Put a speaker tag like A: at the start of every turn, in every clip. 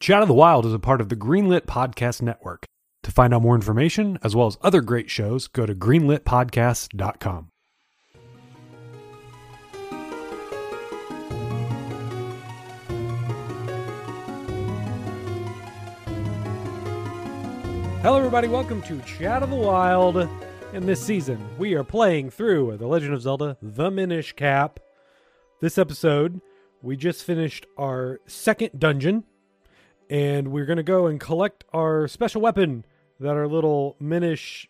A: Chat of the Wild is a part of the Greenlit Podcast Network. To find out more information, as well as other great shows, go to greenlitpodcasts.com. Hello, everybody. Welcome to Chat of the Wild. And this season, we are playing through The Legend of Zelda The Minish Cap. This episode, we just finished our second dungeon and we're gonna go and collect our special weapon that our little minish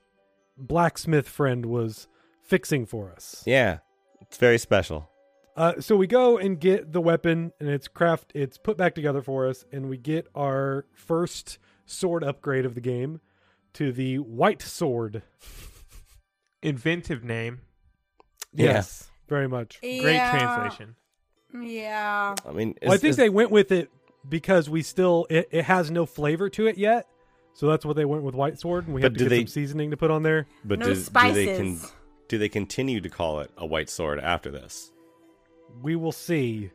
A: blacksmith friend was fixing for us.
B: Yeah, it's very special.
A: Uh, so we go and get the weapon, and it's craft. It's put back together for us, and we get our first sword upgrade of the game to the white sword.
C: inventive name.
B: Yeah.
A: very much.
C: Great translation.
D: Yeah.
B: I mean,
A: Well, I
B: is-
A: think
B: is-
A: they went with it because we still it, it has no flavor to it yet. So that's what they went with white sword, and we have
B: But
A: to
B: do
A: get
B: they-
A: some seasoning to put on there.
B: but
D: No
B: do, do they can
D: spices.
B: do they continue to call it a white sword after this?
A: We will see.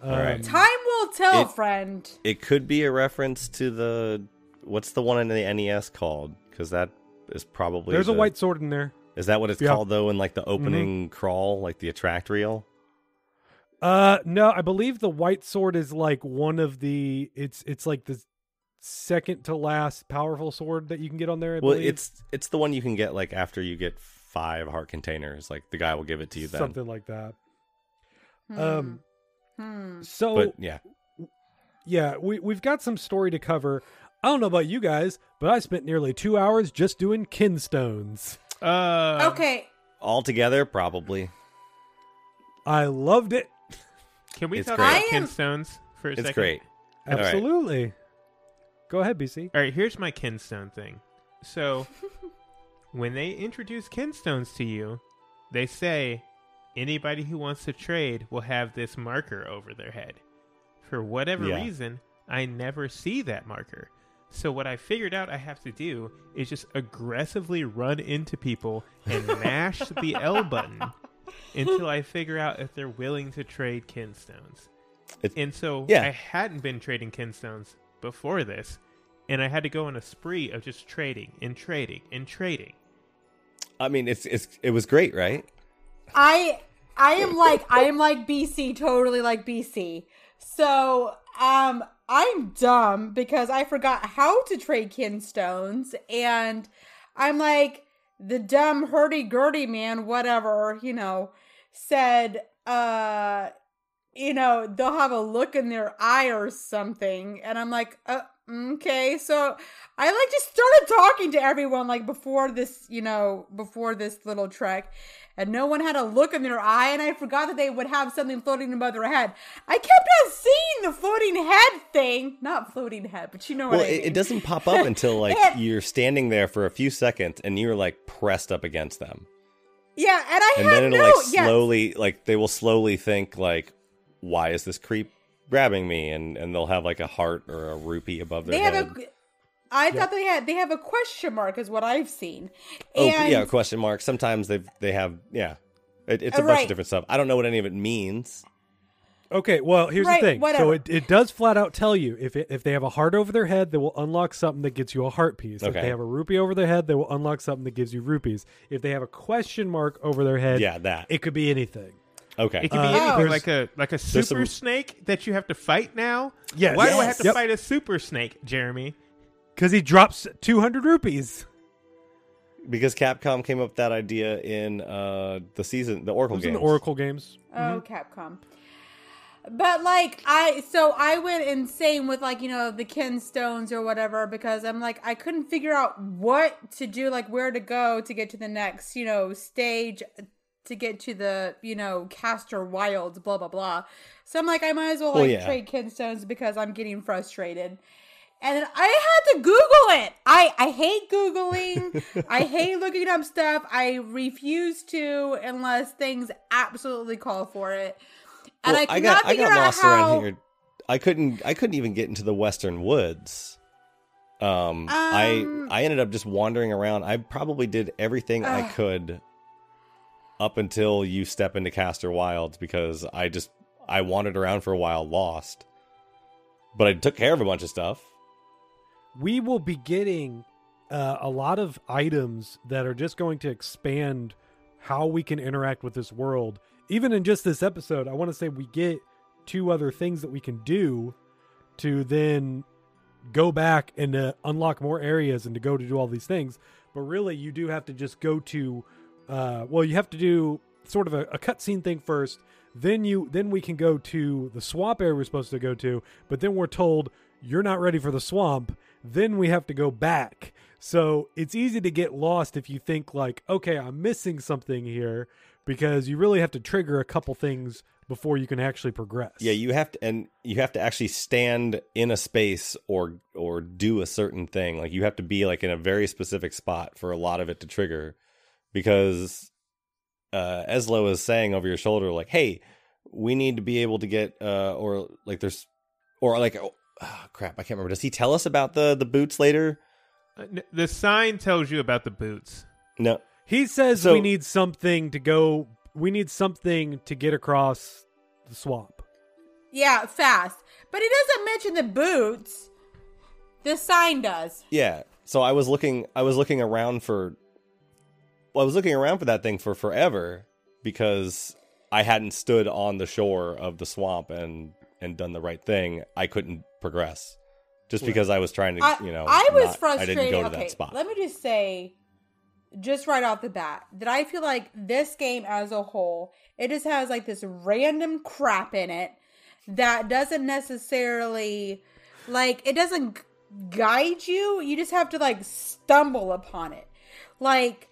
B: All right.
A: Um,
D: Time will tell,
B: It-
D: friend.
B: It could be a reference to the what's the one in the NES called? Because that is probably
A: There's a
B: the-
A: white sword in there.
B: Is that what it's
A: Yeah. Mm-hmm.
B: called though? In like the opening crawl, like the attract reel.
A: Uh, no, I believe the white sword is like one of the. It's it's like the second to last powerful sword that you can get on there. I
B: well,
A: believe.
B: it's it's the one you can get like after you get five heart containers. Like the guy will give it to you then.
A: something like that.
D: Hmm.
A: Um, so
B: But yeah,
A: yeah, we we've got some story to cover. I don't know about you guys, but I spent nearly two hours just doing kinstones.
C: Uh,
D: okay.
B: all together probably.
A: I loved it
C: Can we
B: It's
C: talk
B: great.
C: about
D: I am-
C: kinstones for a
B: It's
C: second?
B: great. All right.
A: absolutely. Go ahead, BC.
C: All right, here's my kinstone thing. So, when they introduce kinstones to you, they say anybody who wants to trade will have this marker over their head. For whatever
B: Yeah.
C: reason, I never see that marker. So, what I figured out I have to do is just aggressively run into people and mash the L button until I figure out if they're willing to trade kinstones.
B: It's-
C: And so
B: Yeah.
C: I hadn't been trading kinstones before this, and I had to go on a spree of just trading and trading and trading.
B: I mean, it's it's it was great, right?
D: I I am like I am like BC, totally like BC. So um I'm dumb because I forgot how to trade kinstones and I'm like the dumb hurdy gurdy man, whatever, you know, said uh you know, they'll have a look in their eye or something. And I'm like, uh, okay. So I like just started talking to everyone like before this, you know, before this little trek. And no one had a look in their eye. And I forgot that they would have something floating above their head. I kept on seeing the floating head thing. Not floating head, but you know
B: Well,
D: what I mean.
B: it, it doesn't pop up until like
D: And-
B: you're standing there for a few seconds and you're like pressed up against them.
D: Yeah. And I
B: And
D: had
B: then it'll
D: no.
B: like
D: yes.
B: slowly like they will slowly think like why is this creep grabbing me and and they'll have like a heart or a rupee above their
D: They
B: head.
D: have a. I thought they had they have a question mark is what I've seen.
B: oh
D: And
B: yeah, question mark. Sometimes they they have yeah. It, it's a
D: Uh,
B: bunch
D: right.
B: of different stuff. I don't know what any of it means.
A: Okay, well, here's
D: Right,
A: the thing. So
D: whatever.
A: it, it does flat out tell you if it, if they have a heart over their head, they will unlock something that gets you a heart piece. If
B: Okay.
A: they have a rupee over their head, they will unlock something that gives you rupees. If they have a question mark over their head,
B: Yeah, that.
A: it could be anything.
B: okay.
C: It could
A: Uh,
C: be anything
A: there's-
C: like a like a super
B: some-
C: snake that you have to fight now.
A: Yes.
C: Why do I
A: Yes.
C: have to
A: Yep.
C: fight a super snake, Jeremy?
A: Because he drops 200 rupees.
B: because Capcom came up with that idea in uh the season the
A: It
B: Oracle
A: was in
B: game.
A: the Oracle games.
D: Oh, Capcom. But like I, so I went insane with like you know the kinstones or whatever because I'm like I couldn't figure out what to do, like where to go to get to the next you know stage to get to the, you know, Castor Wilds, blah, blah, blah. So I'm like, I might as well like
B: Well, yeah.
D: trade kinstones because I'm getting frustrated. And then I had to Google it. I, I hate Googling. I hate looking up stuff. I refuse to unless things absolutely call for it. And
B: Well,
D: I
B: I
D: could
B: got
D: not
B: I
D: figure
B: got
D: out
B: lost
D: how.
B: around here. I couldn't I couldn't even get into the western woods. Um, I
D: Um,
B: I ended up just wandering around. I probably did everything I
D: Ugh.
B: could up until you step into Castor Wilds because I just I wandered around for a while lost. But I took care of a bunch of stuff.
A: we will be getting uh, a lot of items that are just going to expand how we can interact with this world. Even in just this episode, I want to say we get two other things that we can do to then go back and to unlock more areas and to go to do all these things. But really, you do have to just go to, uh, well, you have to do sort of a, a cutscene thing first. Then you, then we can go to the swamp area we're supposed to go to. But then we're told you're not ready for the swamp. Then we have to go back. So it's easy to get lost if you think like, okay, I'm missing something here, because you really have to trigger a couple things before you can actually progress.
B: Yeah, you have to, and you have to actually stand in a space or or do a certain thing. Like you have to be like in a very specific spot for a lot of it to trigger, because uh, Eslo is saying over your shoulder, like, "Hey, we need to be able to get," uh, or like, "There's," or like, oh, ah, "Crap, I can't remember." Does he tell us about the the boots later?
C: Uh, n- The sign tells you about the boots.
B: No,
A: He says
B: So-
A: we need something to go. We need something to get across the swamp.
D: Yeah, fast. But he doesn't mention the boots. The sign does.
B: Yeah. So I was looking I was looking around for well, I was looking around for that thing for forever because I hadn't stood on the shore of the swamp and and done the right thing. I couldn't progress just because I was trying to,
D: I,
B: you know,
D: I was
B: not-
D: frustrated.
B: I didn't go to
D: okay,
B: that spot.
D: let me just say, just right off the bat, that I feel like this game as a whole, it just has like this random crap in it that doesn't necessarily, like, it doesn't g- guide you. You just have to like stumble upon it. Like,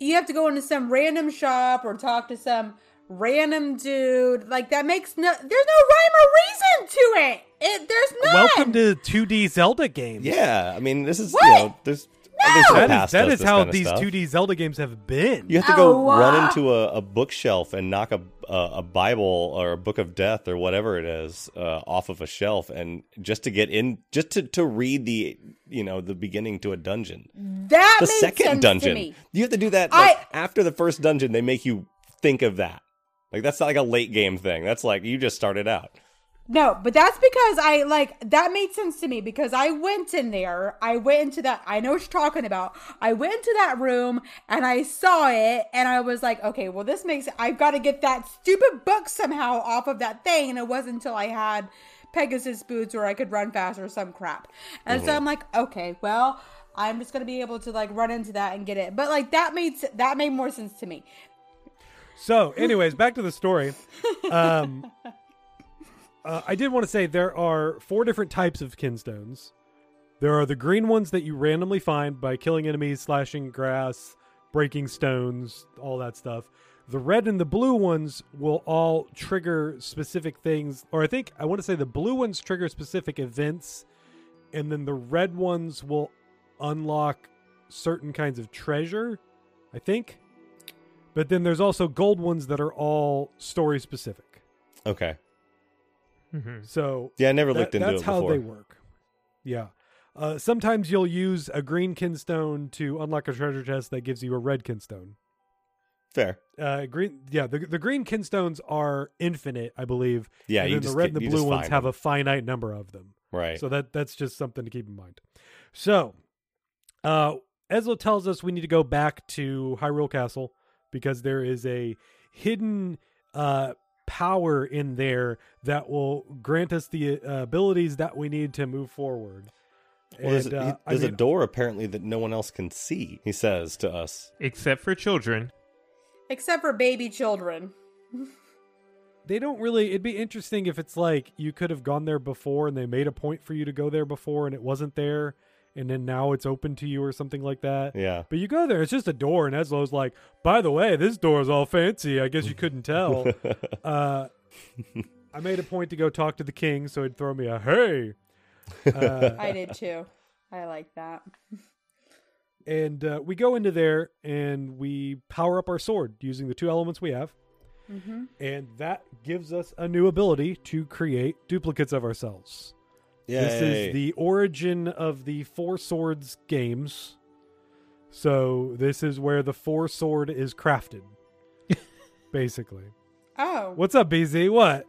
D: you have to go into some random shop or talk to some random dude. Like, that makes no, there's no rhyme or reason to it. It there's none.
A: Welcome to 2D Zelda games.
B: yeah, I mean, this is, you
D: What?
B: know, there's there's no
A: that is,
B: past
A: that
B: us,
A: is
B: this
A: how
B: kinda
A: these
B: stuff.
A: 2D Zelda games have been.
B: You have to go
D: Ow.
B: run into a, a bookshelf and knock a, a a Bible or a book of death or whatever it is uh, off of a shelf, and just to get in, just to, to read the you know the beginning to a dungeon,
D: That
B: the
D: made sense
B: second
D: to
B: dungeon.
D: me.
B: You have to do that
D: I-
B: like, after the first dungeon. They make you think of that. Like that's not like a late game thing. That's like you just started out.
D: No, but that's because I like that made sense to me because I went in there. I went into that. I know what you're talking about. I went into that room and I saw it and I was like, okay, well, this makes I've got to get that stupid book somehow off of that thing. And it wasn't until I had Pegasus boots or I could run fast or some crap. And
B: Mm-hmm.
D: so I'm like, okay, well, I'm just gonna be able to like run into that and get it. But like that made s- that made more sense to me.
A: So, anyways, back to the story. Um, uh, I did want to say there are four different types of kinstones. There are the green ones that you randomly find by killing enemies, slashing grass, breaking stones, all that stuff. The red and the blue ones will all trigger specific things, or I think I want to say the blue ones trigger specific events, and then the red ones will unlock certain kinds of treasure, I think. But then there's also gold ones that are all story specific.
B: Okay.
A: Mm-hmm. So
B: Yeah, I never looked
A: that-
B: into
A: that's
B: it
A: how
B: before.
A: they work. Yeah. Uh, sometimes you'll use a green kinstone to unlock a treasure chest that gives you a red kinstone.
B: Fair.
A: Uh, green, yeah. The, the green kinstones are infinite, I believe.
B: Yeah,
A: and
B: you
A: then
B: just
A: the red
B: get-
A: and the
B: you
A: blue
B: just
A: ones
B: find
A: have
B: them.
A: a finite number of them.
B: Right.
A: So that that's just something to keep in mind. So, uh, Ezra tells us we need to go back to Hyrule Castle because there is a hidden uh, power in there that will grant us the uh, abilities that we need to move forward.
B: well, there's
A: And,
B: a-
A: uh, I
B: there's a
A: mean,
B: door apparently that no one else can see. He says to us.
C: Except for children.
D: Except for baby children.
A: They don't really. It'd be interesting if it's like you could have gone there before, and they made a point for you to go there before, and it wasn't there, and then now it's open to you or something like that.
B: Yeah.
A: But you go there, it's just a door, and Eslo's like, by the way, this door is all fancy. I guess you couldn't tell. uh, I made a point to go talk to the king, so he'd throw me a hey. Uh,
D: I did too. I like that.
A: and uh, we go into there and we power up our sword using the two elements we have.
D: Mhm.
A: And that gives us a new ability to create duplicates of ourselves.
B: Yeah.
A: This is the origin of the Four Swords games. So this is where the Four Sword is crafted, basically.
D: Oh,
A: What's up, BZ? What?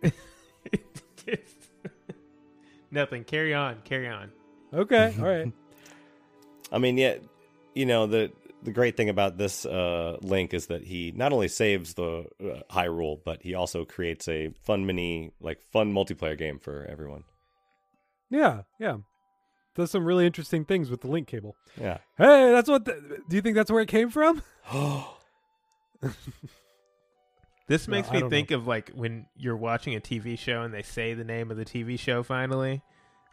C: Nothing. Carry on. Carry on.
A: Okay, all right.
B: I mean, yet you know the the great thing about this uh, link is that he not only saves the uh, Hyrule, but he also creates a fun mini, like fun multiplayer game for everyone.
A: Yeah, yeah. Does some really interesting things with the link cable.
B: Yeah.
A: Hey, that's what. The, do you think that's where it came from?
C: This
A: No,
C: makes
A: I
C: me
A: don't
C: think of like when you're watching a TV show and they say the name of the TV show finally.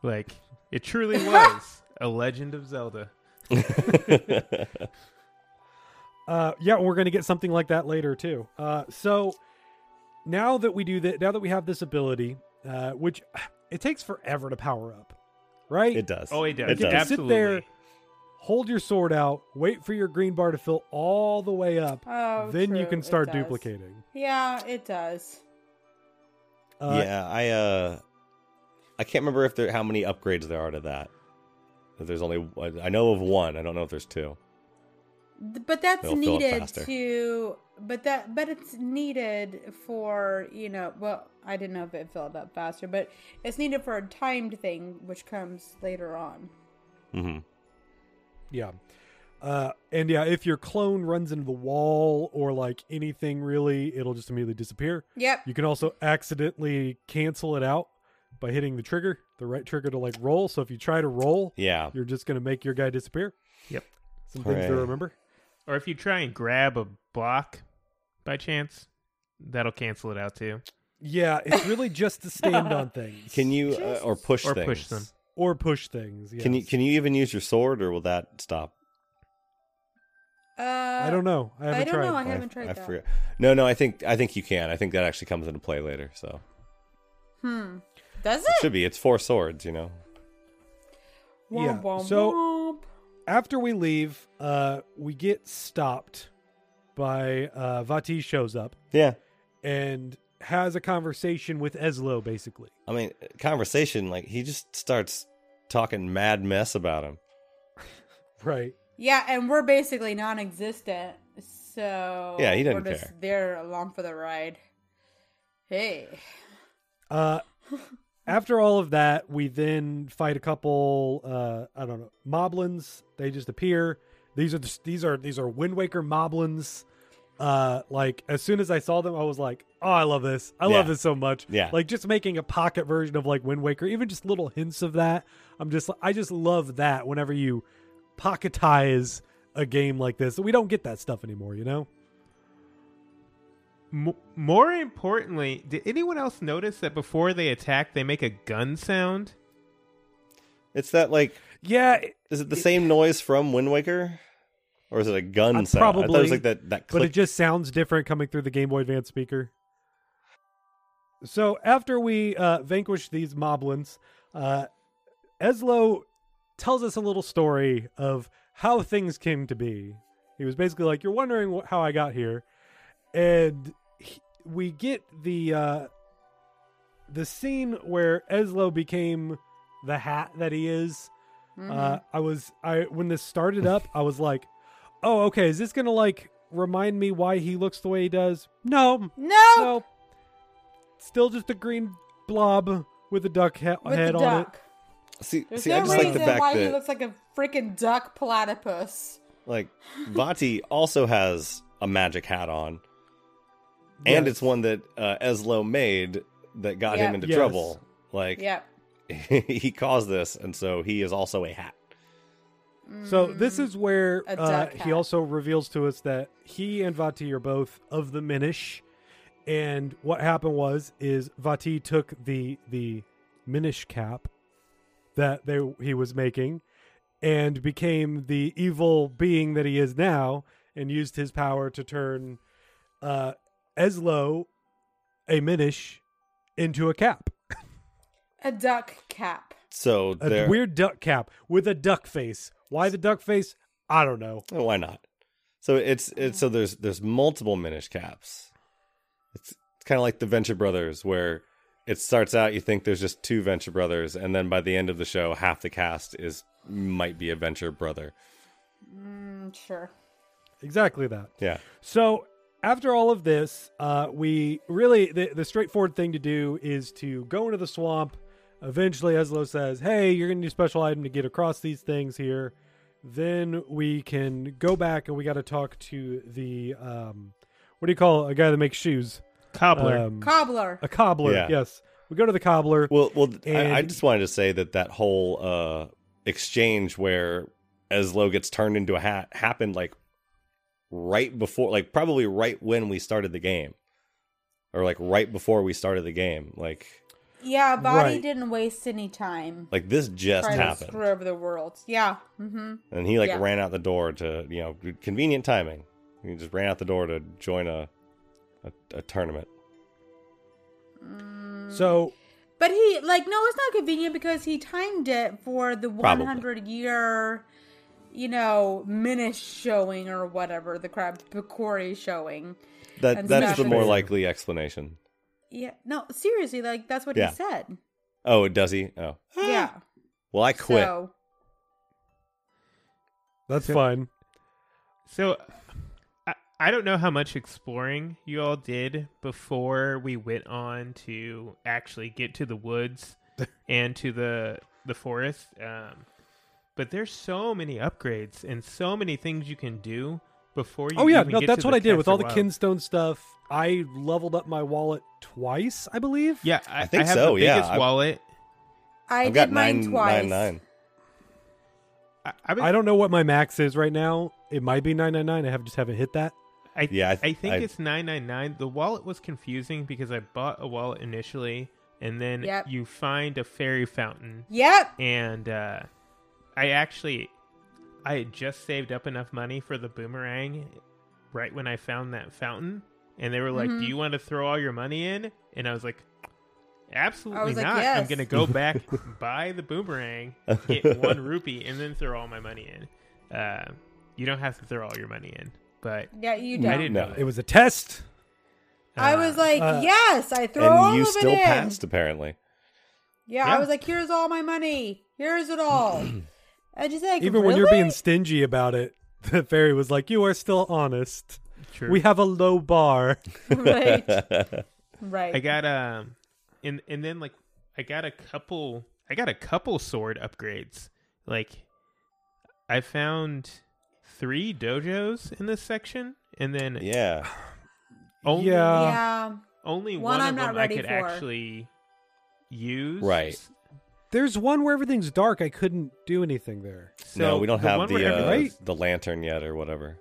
C: Like it truly was a Legend of Zelda.
A: Uh, yeah, we're gonna get something like that later too. Uh, so now that we do that, now that we have this ability, uh, which it takes forever to power up, right?
B: it does.
C: Oh, it does.
B: It does.
A: Sit there.
C: Absolutely.
A: Hold your sword out, wait for your green bar to fill all the way up,
D: Oh,
A: then you
D: true,
A: can
D: it
A: start
D: does.
A: duplicating.
D: yeah, it does.
A: Uh,
B: yeah, I uh, I can't remember if there how many upgrades there are to that. If There's only uh, I know of one. I don't know if there's two.
D: Th- But that's
B: They'll fill it
D: needed
B: faster.
D: to. But that, but it's needed for you know. Well, I didn't know if it filled up faster, but it's needed for a timed thing, which comes later on.
B: hmm
A: Yeah. Uh, and yeah, if your clone runs into the wall or like anything really, it'll just immediately disappear.
D: Yep.
A: You can also accidentally cancel it out by hitting the trigger, the right trigger to like roll. So if you try to roll,
B: Yeah.
A: you're just going to make your guy disappear.
C: Yep.
A: Some things to
B: Hooray.
A: remember.
C: Or if you try and grab a block by chance, that'll cancel it out too.
A: Yeah, it's really just to stand on things.
B: Can you uh, or push
C: Or
B: things?
C: push them.
A: or push things?
B: Can you
A: yes.
B: can you even use your sword, or will that stop?
D: Uh,
A: I don't know. I haven't
D: don't
A: tried.
D: know. I haven't tried
B: I
D: that.
B: forget- No, no. I think I think you can. I think that actually comes into play later. So
D: Hmm. Does
B: it
D: it?
B: should be. It's four swords. You know.
A: Yeah,
D: Womp, womp,
A: so-
D: womp.
A: After we leave, uh, we get stopped by uh, Vati shows up
B: Yeah.
A: and has a conversation with Eslo, basically.
B: I mean, conversation like he just starts talking mad mess about him.
A: Right.
D: Yeah, and we're basically non-existent. So
B: Yeah, he doesn't
D: we're just
B: care.
D: there along for the ride. Hey,
A: Uh, after all of that, we then fight a couple. Uh, I don't know moblins. They just appear. These are the, these are these are Wind Waker moblins. Uh, like as soon as I saw them, I was like, "Oh, I love this! I love
B: Yeah.
A: this so much!"
B: Yeah.
A: like just making a pocket version of like Wind Waker, even just little hints of that. I'm just I just love that whenever you pocketize a game like this, we don't get that stuff anymore. You know?
C: M- more importantly, did anyone else notice that before they attack, they make a gun sound?
B: It's that like
A: Yeah,
B: is it the same noise from Wind Waker, or is it a gun
A: Uh,
B: sound? I thought it
A: probably,
B: was like that that
A: but it
B: click.
A: just sounds different coming through the Game Boy Advance speaker. So after we uh, vanquish these moblins, uh, Eslo tells us a little story of how things came to be. He was basically like, "You're wondering wh- how I got here," and he- we get the uh, the scene where Eslo became the hat that he is.
D: Mm-hmm.
A: Uh, I was I when this started up, I was like, "Oh, okay. Is this gonna like remind me why he looks the way he does?" No,
D: no,
A: no. Still just a green blob with a duck he-
D: with
A: head
D: the
A: on it.
D: duck.
B: see,
D: There's
B: see,
D: no
B: I just like
D: reason
B: the fact
D: why
B: that
D: he looks like a freaking duck platypus.
B: like Vati also has a magic hat on,
A: Yes.
B: and it's one that uh, Eslo made that got
D: Yeah.
B: him into
A: Yes.
B: trouble. Like
D: Yep.
B: he caused this, and so he is also a hat.
A: So this is where
D: Mm. A
A: uh,
D: duck
A: he
D: hat.
A: also reveals to us that he and Vati are both of the Minish, and what happened was is Vati took the the Minish cap that they he was making, and became the evil being that he is now and used his power to turn uh, Eslo, a Minish, into a cap.
D: A duck cap.
B: So
A: A
B: there.
A: weird duck cap with a duck face. Why the duck face? I don't know.
B: Oh, why not? So it's it's
A: Mm.
B: so there's there's multiple Minish caps. It's it's kind of like the Venture Brothers, where it starts out you think there's just two Venture Brothers, and then by the end of the show, half the cast is might be a Venture Brother.
D: Mm, sure.
A: Exactly that.
B: Yeah,
A: So after all of this, uh, we really the, the straightforward thing to do is to go into the swamp. Eventually, Eslo says, "Hey, you're gonna need a special item to get across these things here." Then we can go back and we got to talk to the um, what do you call a guy that makes shoes?
C: Cobbler.
B: Mm.
A: Um,
D: Cobbler.
A: a cobbler.
B: Yeah.
A: Yes, we go to the cobbler.
B: Well, well,
A: And-
B: I, I just wanted to say that that whole uh, exchange where Eslo gets turned into a hat happened like right before, like probably right when we started the game, or like right before we started the game. Like,
D: Yeah, Body
A: Right.
D: didn't waste any time
B: like this just
D: trying to
B: happened,
D: screw over the world. Yeah. Mm-hmm.
B: and he like
D: Yeah.
B: ran out the door to you know convenient timing. He just ran out the door to join a a, a tournament.
A: So
D: But he like no, it's not convenient because he timed it for the
B: Probably.
D: 100 year, you know, Minish showing or whatever the crab Picori showing.
B: That
D: And
B: that's the
D: Smash
B: more
D: Bros.
B: likely explanation.
D: Yeah, no, seriously, like that's what
B: Yeah.
D: he said.
B: Oh, does he? Oh,
D: yeah,
B: well, I quit.
D: So
A: that's fine.
C: So I, I don't know how much exploring you all did before we went on to actually get to the woods and to the the forest. Um, but there's so many upgrades and so many things you can do before you.
A: Oh yeah,
C: even
A: no,
C: get
A: that's
C: to
A: what
C: the
A: I did with all the
C: Kefir Wild.
A: kinstone stuff. I leveled up my wallet twice, I believe.
C: Yeah, I,
B: I think
C: I have
B: so,
C: The
B: yeah.
C: biggest
B: I've-
C: wallet.
D: I
B: I've
D: did
B: got
D: mine
B: nine
D: twice.
B: nine nine.
C: I, I, would-
A: I don't know what my max is right now. It might be 999. I have just haven't hit that.
C: I,
B: Yeah, I
C: I,
B: th-
C: think
B: I-
C: it's nine nine nine. The wallet was confusing because I bought a wallet initially, and then
D: Yep.
C: you find a fairy fountain,
D: Yep.
C: and uh, I actually, I had just saved up enough money for the boomerang, right when I found that fountain, and they were like,
D: Mm-hmm.
C: "Do you want to throw all your money in?" And I was like. Absolutely
D: like,
C: not. I'm
D: "Yes."
C: gonna go back, buy the boomerang, get one rupee, and then throw all my money in. Uh, you don't have to throw all your money in, but
D: Yeah, you don't.
C: I
D: I,
C: didn't
B: No.
C: know. That.
A: It was a test.
D: was like, yes, I throw all
B: and you
D: of
B: still
D: it in.
B: passed apparently.
D: Yeah,
C: Yeah.
D: I was like, here's all my money. Here's it all. I just like
A: Even when you're being
D: "Really?"
A: stingy about it, the fairy was like, "You are still honest.
C: True.
A: We have a low bar."
D: right, right.
C: I got um, and and then like I got a couple. I got a couple sword upgrades. Like I found three dojos in this section, and then
B: yeah.
C: only
A: Yeah.
D: yeah,
C: only
D: One
C: one,
D: I'm
C: of
D: not
C: them
D: ready
C: I could
D: for.
C: actually use.
B: Right.
A: There's one where everything's dark. I couldn't do anything there.
C: So
B: no, we don't
C: the
B: have
C: one
B: the
C: where
B: uh,
C: everything-
A: Right?
B: the lantern yet or whatever.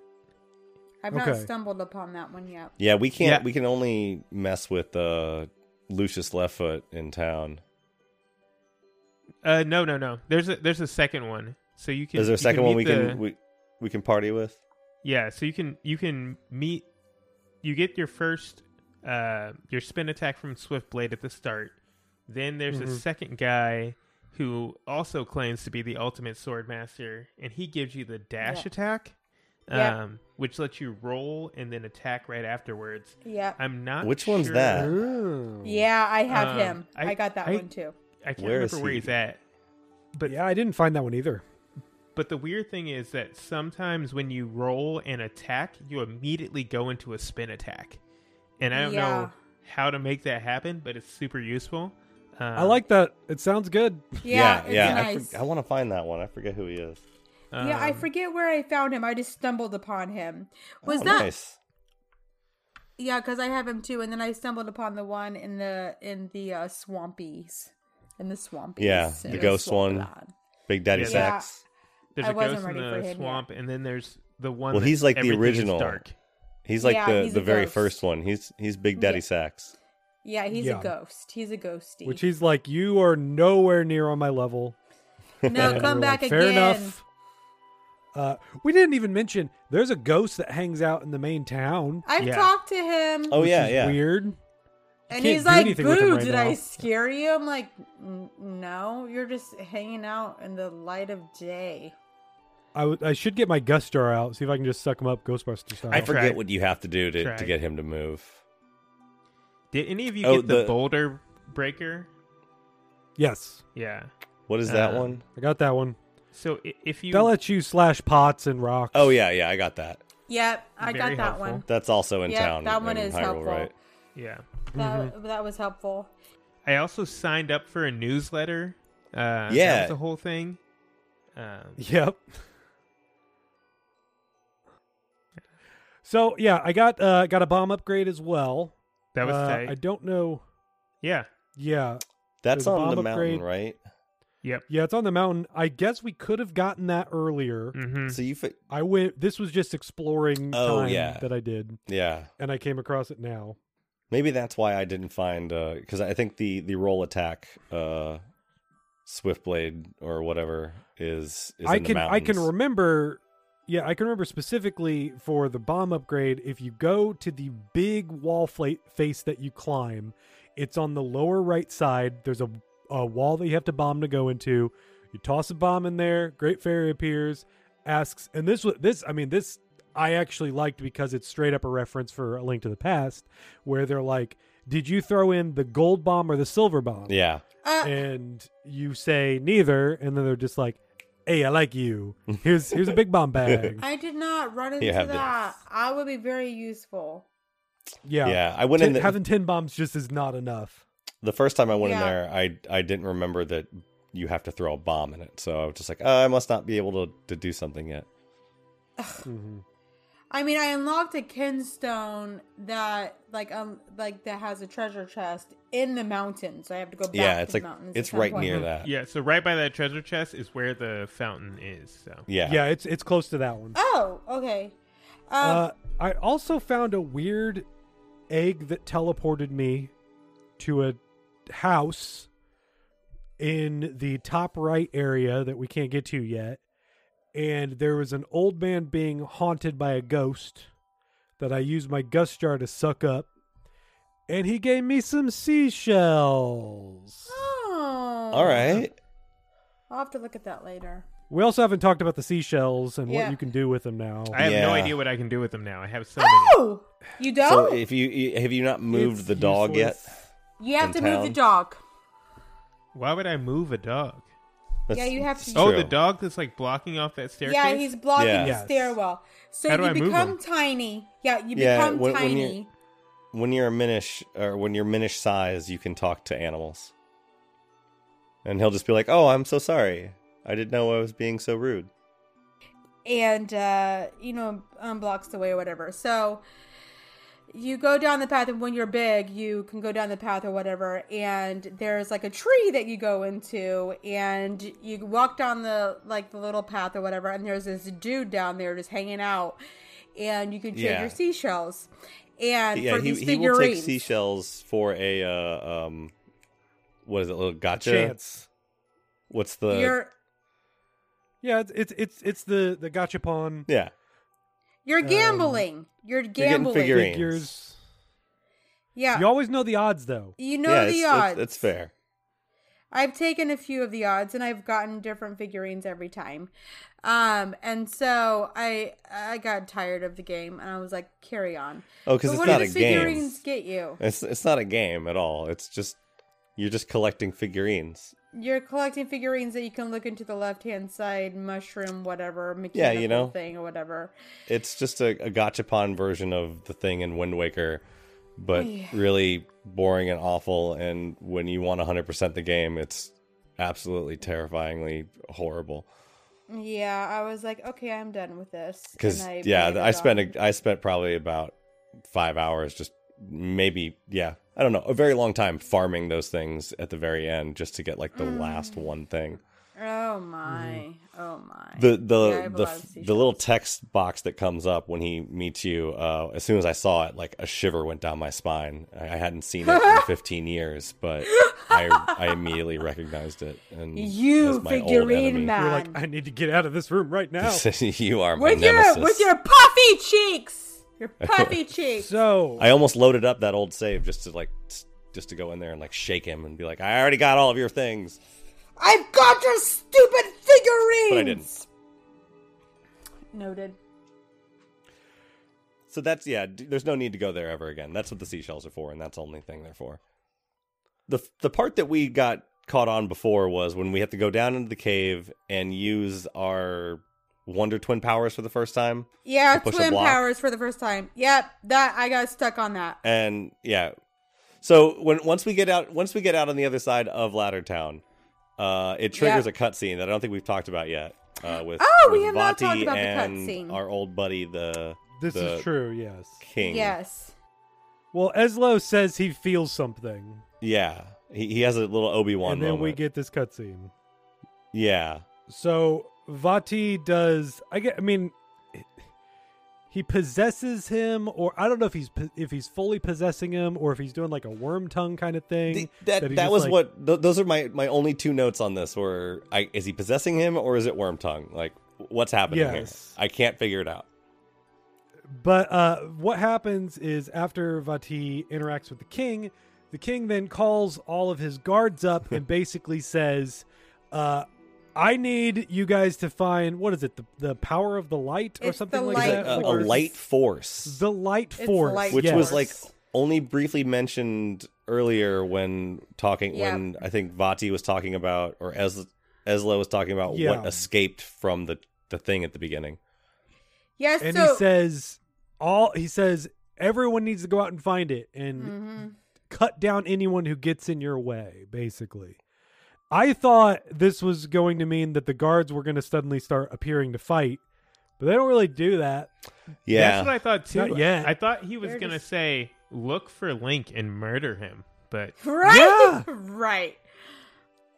D: I've not
A: Okay.
D: stumbled upon that one yet.
B: Yeah, we can't.
C: Yeah.
B: We can only mess with uh, Lucius Leftfoot in town.
C: Uh, no, no, no. There's a there's a second one. So you can.
B: Is there
C: you
B: a second one we
C: meet the-
B: can we, we can party with?
C: Yeah, so you can you can meet you get your first uh your spin attack from Swift Blade at the start. Then there's
B: Mm-hmm.
C: a second guy who also claims to be the ultimate sword master and he gives you the dash
D: Yeah.
C: attack
D: Yeah.
C: um which lets you roll and then attack right afterwards.
D: Yeah,
C: I'm not
B: Which one's
C: sure-
B: that?
D: yeah, I have
C: Um,
D: him. I,
C: I-
D: got that
C: I-
D: one too.
C: I can't
B: Where
C: remember
B: is
C: where
B: he?
C: he's at. But
A: Yeah, I didn't find that one either.
C: But the weird thing is that sometimes when you roll and attack, you immediately go into a spin attack. And I don't
D: Yeah.
C: know how to make that happen, but it's super useful. Um,
B: Ah.
A: I like that. It sounds good.
D: Yeah, it's
B: I,
D: nice.
B: for- I want to find that one. I forget who he is.
D: yeah, I
C: um,
D: forget where I found him. I just stumbled upon him. Was
B: Oh,
D: that
B: nice?
D: Yeah, because I have him too, and then I stumbled upon the one in the in the uh, swampies, in the swampies.
B: Yeah, the
D: in
B: ghost one.
D: swampland.
B: Big Daddy
C: Yeah.
D: Yeah.
B: Sacks.
C: There's
D: I
C: a ghost
D: wasn't
C: in
D: ready for him
C: the
D: yet.
C: swamp, and then there's the one.
B: Well,
C: that
B: he's like the
C: everything is
B: original.
C: Dark.
B: He's like
D: Yeah,
B: the
D: he's a
B: the very
D: ghost.
B: first one. He's he's Big Daddy
D: Yeah.
B: Sacks.
D: Yeah, he's
A: Yeah.
D: a ghost. He's a ghosty.
A: Which he's like, "You are nowhere near on my level."
D: no,
A: And
D: come
A: we're
D: back
A: like,
D: again.
A: Fair enough. Uh, we didn't even mention there's a ghost that hangs out in the main town.
D: I've
C: Yeah.
D: talked to him,
B: Oh
A: which
B: yeah,
A: is
B: yeah.
A: Weird.
D: and
A: can't
D: he's
A: do
D: like,
A: anything with him
D: "Boo,
A: right
D: did
A: now."
D: I scare you?" I'm like, "N- "No, you're just hanging out in the light of day."
A: I would- I should get my gust star out. See if I can just suck him up, Ghostbuster style.
B: I forget
C: Tried.
B: what you have to do to, to
C: Tried.
B: get him to move.
C: Did any of you
B: Oh,
C: get the,
B: the-
C: boulder breaker?
A: yes,
C: Yeah.
B: What is that
C: Uh,
B: one?
A: I got that one.
C: So i- if you
A: That lets you slash pots and rocks.
B: Oh yeah, yeah. I got that.
D: Yep, I
C: Very
D: got that
C: helpful.
D: one.
B: That's also in
D: Yeah,
B: town.
D: that one
B: in
D: is
B: Hyrule,
D: helpful.
B: Right?
C: yeah,
D: That,
A: Mm-hmm.
D: that was helpful.
C: I also signed up for a newsletter. Uh, that
B: Yeah.
C: was the whole thing. Um,
A: Yep. So yeah, I got uh got a bomb upgrade as well.
C: that was
A: Uh,
C: tight.
A: I don't know.
C: yeah.
A: Yeah,
B: That's
A: There's a
B: on
A: bomb
B: the mountain,
A: upgrade.
B: right?
C: Yep.
A: yeah, it's on the mountain. I guess we could have gotten that earlier.
C: Mm-hmm.
B: So you, fi-
A: I went. This was just exploring
B: Mm. Oh,
A: time
B: yeah.
A: that I did,
B: yeah.
A: and I came across it now.
B: Maybe that's why I didn't find because I think the the roll attack, uh, Swiftblade or whatever is. is
A: I
B: in the
A: can I can
B: mountains.
A: remember. Yeah, I can remember specifically for the bomb upgrade. If you go to the big wall fla- face that you climb, it's on the lower right side. There's a, a wall that you have to bomb to go into. You toss a bomb in there. Great fairy appears, asks, and this wa- this I mean this I actually liked because it's straight up a reference for a link to the past, where they're like, "Did you throw in the gold bomb or the silver bomb?"
B: Yeah.
D: Uh,
A: and you say neither, and then they're just like, "Hey, I like you. Here's here's a big bomb bag."
D: I did not run into
B: have
D: that.
B: this.
D: I would be very useful.
A: Yeah,
B: Yeah, I went
A: Ten-
B: in the-
A: having ten bombs just is not enough.
B: The first time I went in
D: Yeah.
B: there, I I didn't remember that you have to throw a bomb in it. So I was just like, oh, I must not be able to to do something yet.
A: Mhm.
D: I mean, I unlocked a kinstone that like um like that has a treasure chest in the mountains. I have to go back
B: yeah,
D: to
B: it's
D: the
B: like
D: mountains. at
B: it's
D: some
B: right
D: point.
B: near that.
C: Uh, Yeah. So right by that treasure chest is where the fountain is. So
B: Yeah.
A: Yeah. it's it's close to that one.
D: Oh, okay. Um,
A: Uh, I also found a weird egg that teleported me to a house in the top right area that we can't get to yet. And there was an old man being haunted by a ghost that I used my gust jar to suck up. And he gave me some seashells.
D: oh,
B: All right.
D: I'll have to look at that later.
A: We also haven't talked about the seashells and
D: Yeah.
A: what you can do with them now.
C: I have no
B: Yeah.
C: idea what I can do with them now. I have so many.
D: Oh, you don't?
B: So if you- you have you not moved
A: It's
B: the dog
A: useless.
B: yet?
D: you have to
B: in
D: move the
B: town.
D: dog.
C: Why would I move a dog?
D: Yeah, you have
B: it's
D: to-
C: Oh,
B: true.
C: the dog that's like blocking off that staircase.
D: Yeah, he's blocking
B: Yeah.
D: the
A: Yes.
D: stairwell. So
C: How do
D: you
C: I move
D: become
C: him?
D: tiny. Yeah, you
B: Yeah,
D: become
B: when- when
D: tiny.
B: you're- When you're a minish or when you're minish size, you can talk to animals, and he'll just be like, "Oh, I'm so sorry. I didn't know I was being so rude."
D: and uh, you know unblocks the way or whatever. So you go down the path, and when you're big, you can go down the path or whatever. And there's like a tree that you go into, and you walk down the like the little path or whatever. And there's this dude down there just hanging out, and you can trade
B: Yeah.
D: your seashells. And
B: yeah,
D: for
B: he
D: these
B: he will take
D: figurines,
B: seashells for a uh, um, what is it? Little gotcha.
A: Chance.
B: What's the
D: you're
A: Yeah, it's it's it's, it's the the gachapon
B: yeah?
D: you're
A: um,
D: gambling. you're
B: getting
D: gambling.
B: figurines.
A: figures.
D: Yeah,
A: You always know the odds though.
D: you know
B: yeah,
D: the
B: it's-
D: odds.
B: It's, it's fair.
D: I've taken a few of the odds and I've gotten different figurines every time. Um and so I I got tired of the game and I was like carry on.
B: Oh, because
D: But
B: it's
D: what
B: not
D: do
B: a
D: the
B: game.
D: figurines get you?
B: It's it's not a game at all. It's just you're just collecting figurines.
D: You're collecting figurines that you can look into the left-hand side mushroom whatever mechanical
B: Yeah, you know.
D: thing or whatever.
B: It's just a, a gachapon version of the thing in Wind Waker, but really boring and awful. And when you want 100% the game, it's absolutely terrifyingly horrible.
D: Yeah, I was like okay, I'm done with this. and
B: Because
D: I
B: yeah,
D: played
B: I
D: it
B: spent
D: on-
B: a, I spent probably about five hours just maybe yeah I
D: Mm.
B: don't know a very long time farming those things at the very end just to get like the last one thing.
D: Oh my. Oh my.
B: the
D: Yeah, I
B: the
D: have a
B: the,
D: lot of
B: f- the
D: seashells.
B: little text box that comes up when he meets you uh, as soon as i saw it like a shiver went down my spine i, I hadn't seen it in 15 years but i i immediately recognized it and
D: you
B: as my old enemy.
D: figurine man.
A: You're like, I need to get out of this room right now.
B: you are my
D: with your
B: nemesis
D: with your puffy cheeks. Your puffy cheeks.
A: So
B: i almost loaded up that old save just to like s- just to go in there and like shake him and be like i already got all of your things
D: I've got your stupid figurines.
B: But I didn't.
D: Noted.
B: so that's yeah d- there's no need to go there ever again that's what the seashells are for and that's the only thing they're for the the part that we got caught on before was when we have to go down into the cave and use our wonder twin powers for the first time
D: Yeah,
B: To push a
D: twin
B: block.
D: powers for the first time. Yep, that I got stuck on that.
B: and yeah so when once we get out once we get out on the other side of ladder town uh it triggers
D: Yeah.
B: a cutscene that i don't think we've talked about yet uh with
D: Oh, we
B: with
D: have not talked
B: Vati
D: about the
B: and
D: cutscene.
B: our old buddy the
A: this
B: the
A: is true, yes.
B: king
D: Yes.
A: Well, Eslo says he feels something,
B: yeah he, he has a little obi-wan
A: and then we
B: moment.
A: get this cutscene.
B: yeah
A: So Vati does. I get. I mean, he possesses him, or I don't know if he's po- if he's fully possessing him, or if he's doing like a worm tongue kind of thing.
B: Th- that
A: he
B: that,
A: just,
B: was
A: like-
B: what th- those are my my only two notes on this were I, is he possessing him or is it worm tongue like what's happening
A: Yes.
B: here i can't figure it out
A: But uh, what happens is after Vati interacts with the king, the king then calls all of his guards up and basically says, uh, "I need you guys to find what is it the the power of the light or
D: It's
A: something
D: the
A: like
B: It's
D: Light
B: like
A: that,
B: a, a
D: force.
B: light force
A: the light
D: It's the
A: force,
D: light
B: which was
A: yes.
B: like
D: force.
B: only briefly mentioned earlier when talking
D: Yeah.
B: when i think vati was talking about or Es eslo was talking about
A: Yeah.
B: what escaped from the the thing at the beginning
D: Yes.
A: and
D: so
A: he says all he says everyone needs to go out and find it and
D: Mhm.
A: cut down anyone who gets in your way basically i thought this was going to mean that the guards were going to suddenly start appearing to fight but they don't really do that
B: yeah
C: That's what I thought too.
A: Not yet.
C: I thought he was
D: They're
C: gonna
D: just-
C: say, "Look for Link and murder him," but
D: right, right.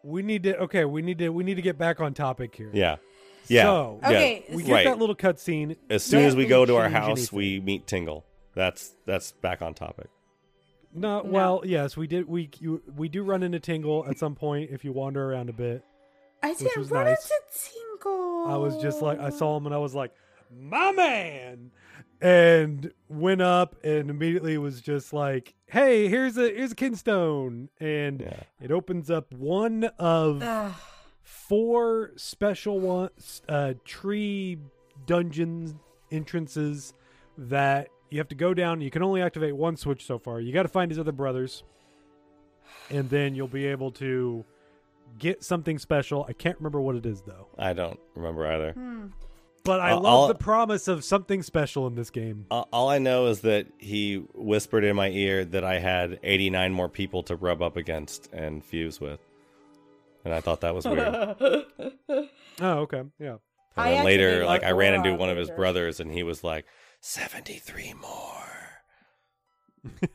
A: we need to okay we need to we need to get back on topic here
B: yeah yeah
A: so
B: yeah.
D: Okay,
A: we
D: we
A: get
B: right.
A: that little cutscene
B: as soon
D: Yeah,
B: as we
D: we
B: go to our
A: change
B: house
A: anything.
B: we meet tingle that's that's back on topic
A: No,
D: No.
A: well, yes, we did. We you, we do run into Tingle at some point if you wander around a bit.
D: I didn't
A: was
D: run
A: nice.
D: into Tingle.
A: I was just like, I saw him and I was like, my man, and went up and immediately was just like, hey, here's a here's a kinstone, and
B: Yeah.
A: it opens up one of
D: Ugh.
A: four special ones, uh, tree dungeon entrances that you have to go down. You can only activate one switch so far. You got to find his other brothers, and then you'll be able to get something special. I can't remember what it is though,
B: I don't remember either.
A: but I
B: Uh,
A: love
B: I'll-
A: the promise of something special in this game.
B: A- All I know is that he whispered in my ear that I had 89 more people to rub up against and fuse with. And I thought that was weird. And
A: Oh, okay, yeah.
D: I
B: then later,
D: activated
B: like, I ran into
D: Aurora
B: one of his
D: later.
B: brothers and he was like, 73 more.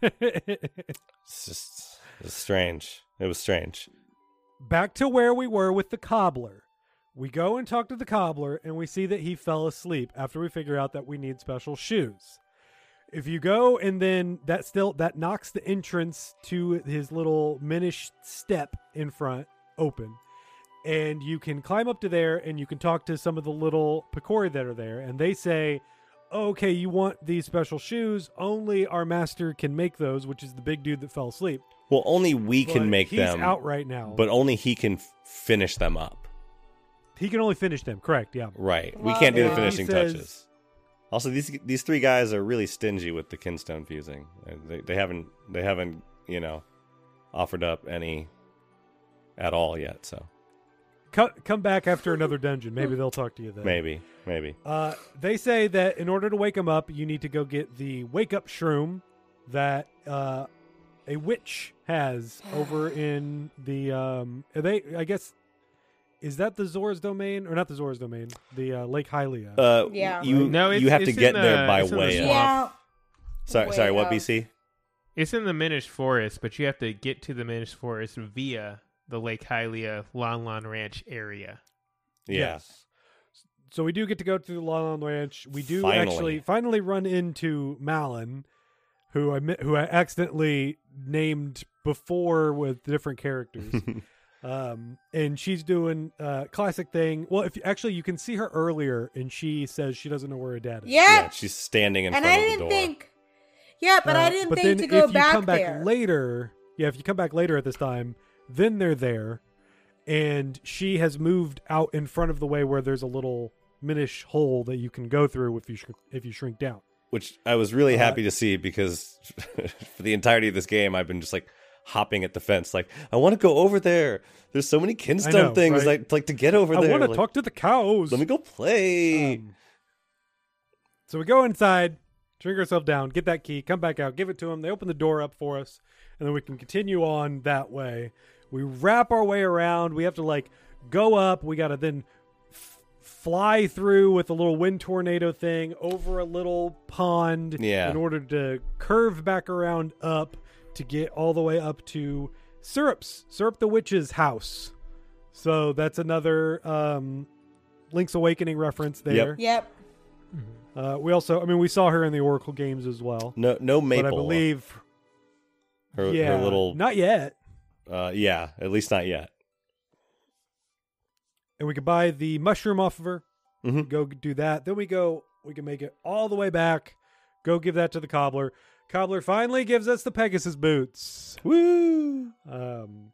B: It's just it's strange. It was strange.
A: Back to where we were with the cobbler. We go and talk to the cobbler, and we see that he fell asleep after we figure out that we need special shoes. If you go and then that still that knocks the entrance to his little minish step in front open, and you can climb up to there and you can talk to some of the little picori that are there, and they say, "Okay, you want these special shoes? Only our master can make those, which is the big dude that fell asleep.
B: Well, only we
A: But
B: can make
A: he's
B: them,
A: out right now,
B: but only he can f- finish them up.
A: He can only finish them, correct? Yeah.
B: Right. We
D: Wow.
B: can't do the
D: Yeah.
B: finishing
A: He says-
B: touches. Also, these these three guys are really stingy with the kinstone fusing. Uh, They, they haven't they haven't you know offered up any at all yet. So
A: Come, come back after another dungeon. Maybe they'll talk to you then.
B: maybe maybe
A: Uh, they say that in order to wake him up, you need to go get the wake up shroom that uh, a witch has over in the. Um, are they, I guess, is that the Zora's domain or not the Zora's domain? The uh, Lake Hylia.
B: uh,
D: Yeah.
B: you
C: No, it's-
B: you have to
C: it's
B: get
C: in
B: there
C: the-
B: by
C: it's in the
B: way.
C: swamp.
B: of-
D: Yeah.
B: Sorry sorry.
D: Way
B: What
D: up.
B: BC?
C: it's in the Minish Forest. But you have to get to the Minish Forest via the Lake Hylia Lon Lon Ranch area.
B: Yeah.
A: Yes. So we do get to go to the Lon Lon Ranch. We do
B: Finally.
A: actually finally run into Malin, who I mi- who I accidentally named before with different characters. um, and she's doing uh, classic thing. Well, if actually you can see her earlier, and she says she doesn't know where her dad is.
D: Yeah,
B: Yeah, she's standing in
D: and
B: front
D: I
B: of the
D: didn't
B: door.
D: think. Yeah, but I
A: Uh,
D: didn't
A: but
D: think
A: then
D: to go
A: if you
D: back
A: come back
D: there.
A: later, yeah, if you come back later at this time, then they're there, and she has moved out in front of the way where there's a little minish hole that you can go through if you shr- if you shrink down.
B: which I was really
A: Uh,
B: happy to see because for the entirety of this game, I've been just like hopping at the fence, like I want to go over there. There's so many
A: I
B: Kinstone
A: know,
B: things
A: right?
B: like like to get over
A: I
B: there.
A: want to
B: like,
A: talk to the cows.
B: Let me go play.
A: Um, so we go inside, shrink ourselves down, get that key, come back out, give it to them. They open the door up for us, and then we can continue on that way. We wrap our way around. We have to like go up. We got to then f- fly through with a little wind tornado thing over a little pond
B: Yeah.
A: in order to curve back around up to get all the way up to Syrups, Syrup the Witch's house. So that's another um, Link's Awakening reference there.
D: Yep.
A: Uh, we also, I mean, we saw her in the Oracle games as well.
B: no, no maple.
A: but I
B: uh,
A: believe,
B: her,
A: yeah,
B: her little.
A: not yet.
B: uh, yeah, at least not yet.
A: And we could buy the mushroom off of her.
B: Mhm.
A: Go do that. Then we go. We can make it all the way back. Go give that to the cobbler. Cobbler finally gives us the Pegasus boots.
B: Woo!
A: Um,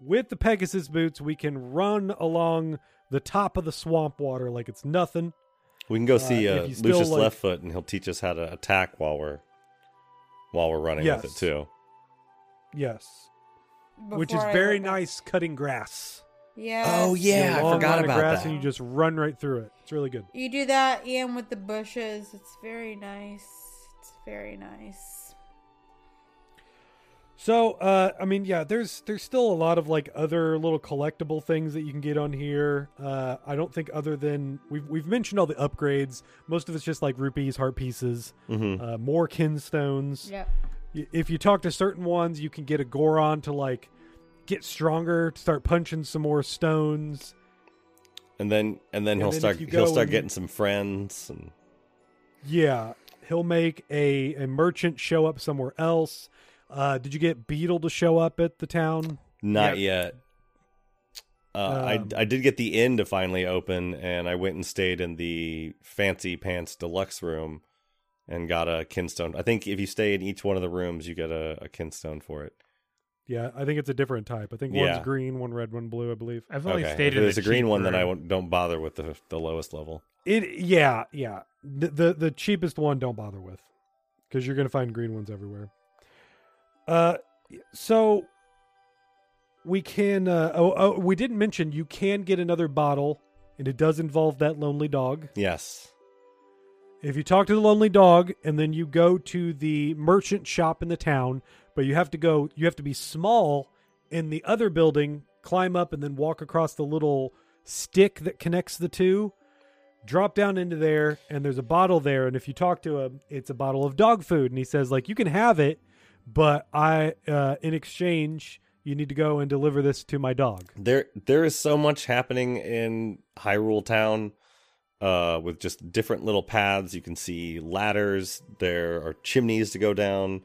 A: with the Pegasus boots, we can run along the top of the swamp water like it's nothing.
B: We can go see
A: Uh,
B: uh,
A: if you still,
B: Lucius
A: like-
B: Left Foot, and he'll teach us how to attack while we're while we're running
A: Yes.
B: with it too.
A: Yes, which is
D: Before I
A: very
D: went back.
A: nice. Cutting grass.
D: Yeah.
B: Oh,
A: You have a long line of grass And you just run right through it. It's really good.
D: You do that, Ian, with the bushes. It's very nice. It's very nice.
A: So, uh, I mean, yeah, there's there's still a lot of like other little collectible things that you can get on here. Uh, I don't think other than we've we've mentioned all the upgrades. Most of it's just like rupees, heart pieces,
B: Mhm.
A: uh, more kinstones.
D: Yep.
A: Y- If you talk to certain ones, you can get a Goron to like get stronger, to start punching some more stones.
B: And then and then
A: And
B: he'll
A: then if
B: start
A: you
B: he'll
A: go
B: start
A: and-
B: getting some friends and
A: Yeah, he'll make a a merchant show up somewhere else. Uh, did you get Beetle to show up at the town?
B: Not yet. Uh,
A: Um,
B: I I did get the inn to finally open, and I went and stayed in the fancy pants deluxe room, and got a kinstone. I think if you stay in each one of the rooms, you get a, a kinstone for it.
A: Yeah, I think it's a different type. I think
B: Yeah.
A: one's green, one red, one blue. I believe.
C: I've only
B: okay,
C: stayed
B: if
C: in
B: there's
C: the
B: a green
C: cheap
B: one, then I
C: room.
B: won't, don't bother with the the lowest level.
A: It yeah yeah the the, the cheapest one don't bother with because you're gonna find green ones everywhere. Uh, so we can uh oh, oh we didn't mention you can get another bottle and it does involve that lonely dog.
B: Yes,
A: If you talk to the lonely dog and then you go to the merchant shop in the town, but you have to go, you have to be small in the other building, climb up, and then walk across the little stick that connects the two, drop down into there, and there's a bottle there. And if you talk to him, it's a bottle of dog food. And he says, like, you can have it, but I, uh, in exchange, you need to go and deliver this to my dog.
B: there there is so much happening in Hyrule Town, uh, with just different little paths. You can see ladders. There are chimneys to go down,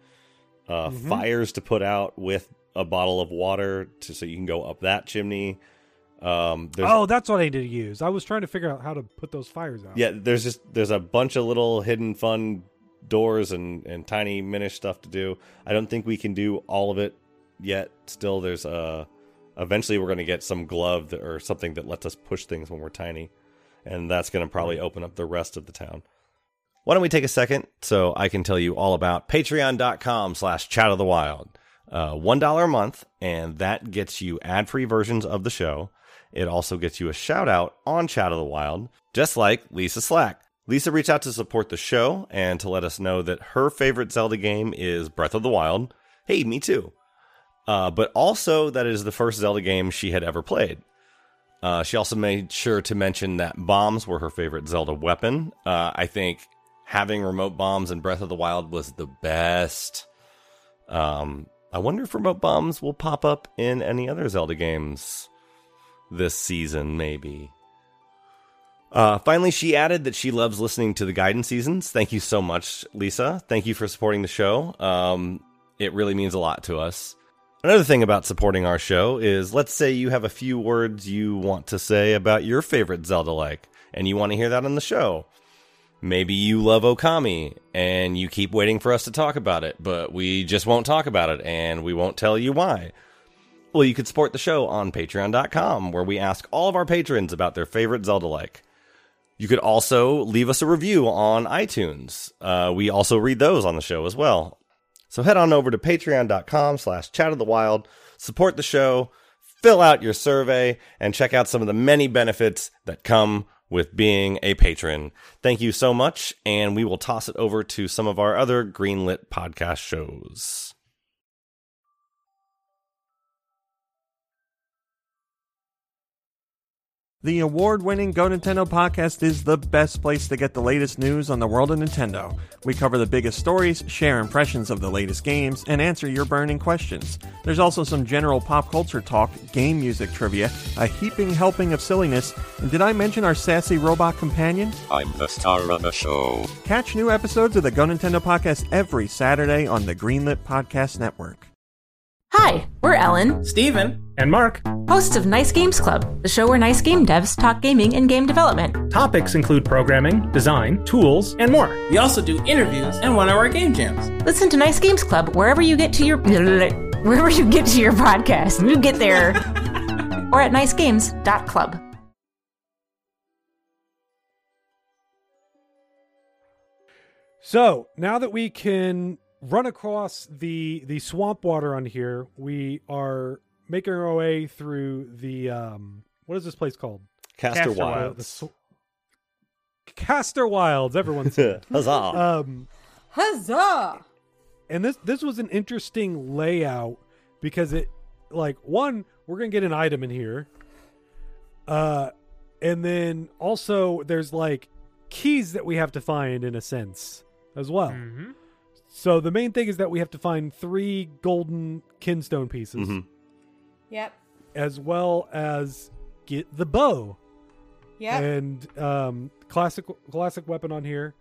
B: uh,
A: Mhm.
B: fires to put out with a bottle of water, to, so you can go up that chimney. Um, there's,
A: oh, that's what I need to use. I was trying to figure out how to put those fires out.
B: yeah, there's just there's a bunch of little hidden fun doors and and tiny minish stuff to do. I don't think we can do all of it yet. Still, there's uh eventually we're gonna get some glove that, or something that lets us push things when we're tiny, and that's gonna probably open up the rest of the town. Why don't we take a second so I can tell you all about patreon.com slash chat of the wild. Uh, $1 a month, and that gets you ad-free versions of the show. It also gets you a shout out on Chat of the Wild, just like Lisa Slack. Lisa reached out to support the show and to let us know that her favorite Zelda game is Breath of the Wild. Hey, me too. Uh, but also that it is the first Zelda game she had ever played. Uh, she also made sure to mention that bombs were her favorite Zelda weapon. Uh, I think having remote bombs in Breath of the Wild was the best. Um, I wonder if remote bombs will pop up in any other Zelda games this season, maybe. Uh, finally, she added that she loves listening to the guidance seasons. Thank you so much, Lisa. Thank you for supporting the show. Um, it really means a lot to us. Another thing about supporting our show is let's say you have a few words you want to say about your favorite Zelda like, and you want to hear that on the show. Maybe you love Okami and you keep waiting for us to talk about it, but we just won't talk about it and we won't tell you why. Well, you could support the show on patreon.com where we ask all of our patrons about their favorite Zelda like. You could also leave us a review on iTunes. Uh, we also read those on the show as well. So head on over to patreon.com slash chat of the wild, support the show, fill out your survey, and check out some of the many benefits that come with being a patron. Thank you so much, and we will toss it over to some of our other greenlit podcast shows.
E: The award winning Go Nintendo podcast is the best place to get the latest news on the world of Nintendo. We cover the biggest stories, share impressions of the latest games, and answer your burning questions. There's also some general pop culture talk, game music trivia, a heaping helping of silliness, and did I mention our sassy robot companion?
F: I'm the star of the show.
E: Catch new episodes of the Go Nintendo podcast every Saturday on the Greenlit Podcast Network.
G: Hi, we're Ellen,
H: Steven,
I: and Mark.
G: hosts of Nice Games Club, the show where nice game devs talk gaming and game development.
I: Topics include programming, design, tools, and more.
H: We also do interviews and one hour game jams.
G: Listen to Nice Games Club wherever you get to your wherever you get to your podcast. You get there. or at nicegames.club.
A: So now that we can run across the the swamp water on here, we are making our way through the um what is this place called?
B: Caster,
C: Caster
A: Uh,
B: Wild.
A: the sw- Caster Wilds. Everyone said. it.
B: Huzzah.
A: um,
D: Huzzah!
A: and this this was an interesting layout because it like one we're gonna get an item in here uh and then also there's like keys that we have to find in a sense as well
C: Mhm.
A: so the main thing is that we have to find three golden kinstone pieces
B: Mhm.
D: Yep.
A: as well as get the bow
D: Yep.
A: and um, classic classic weapon on here.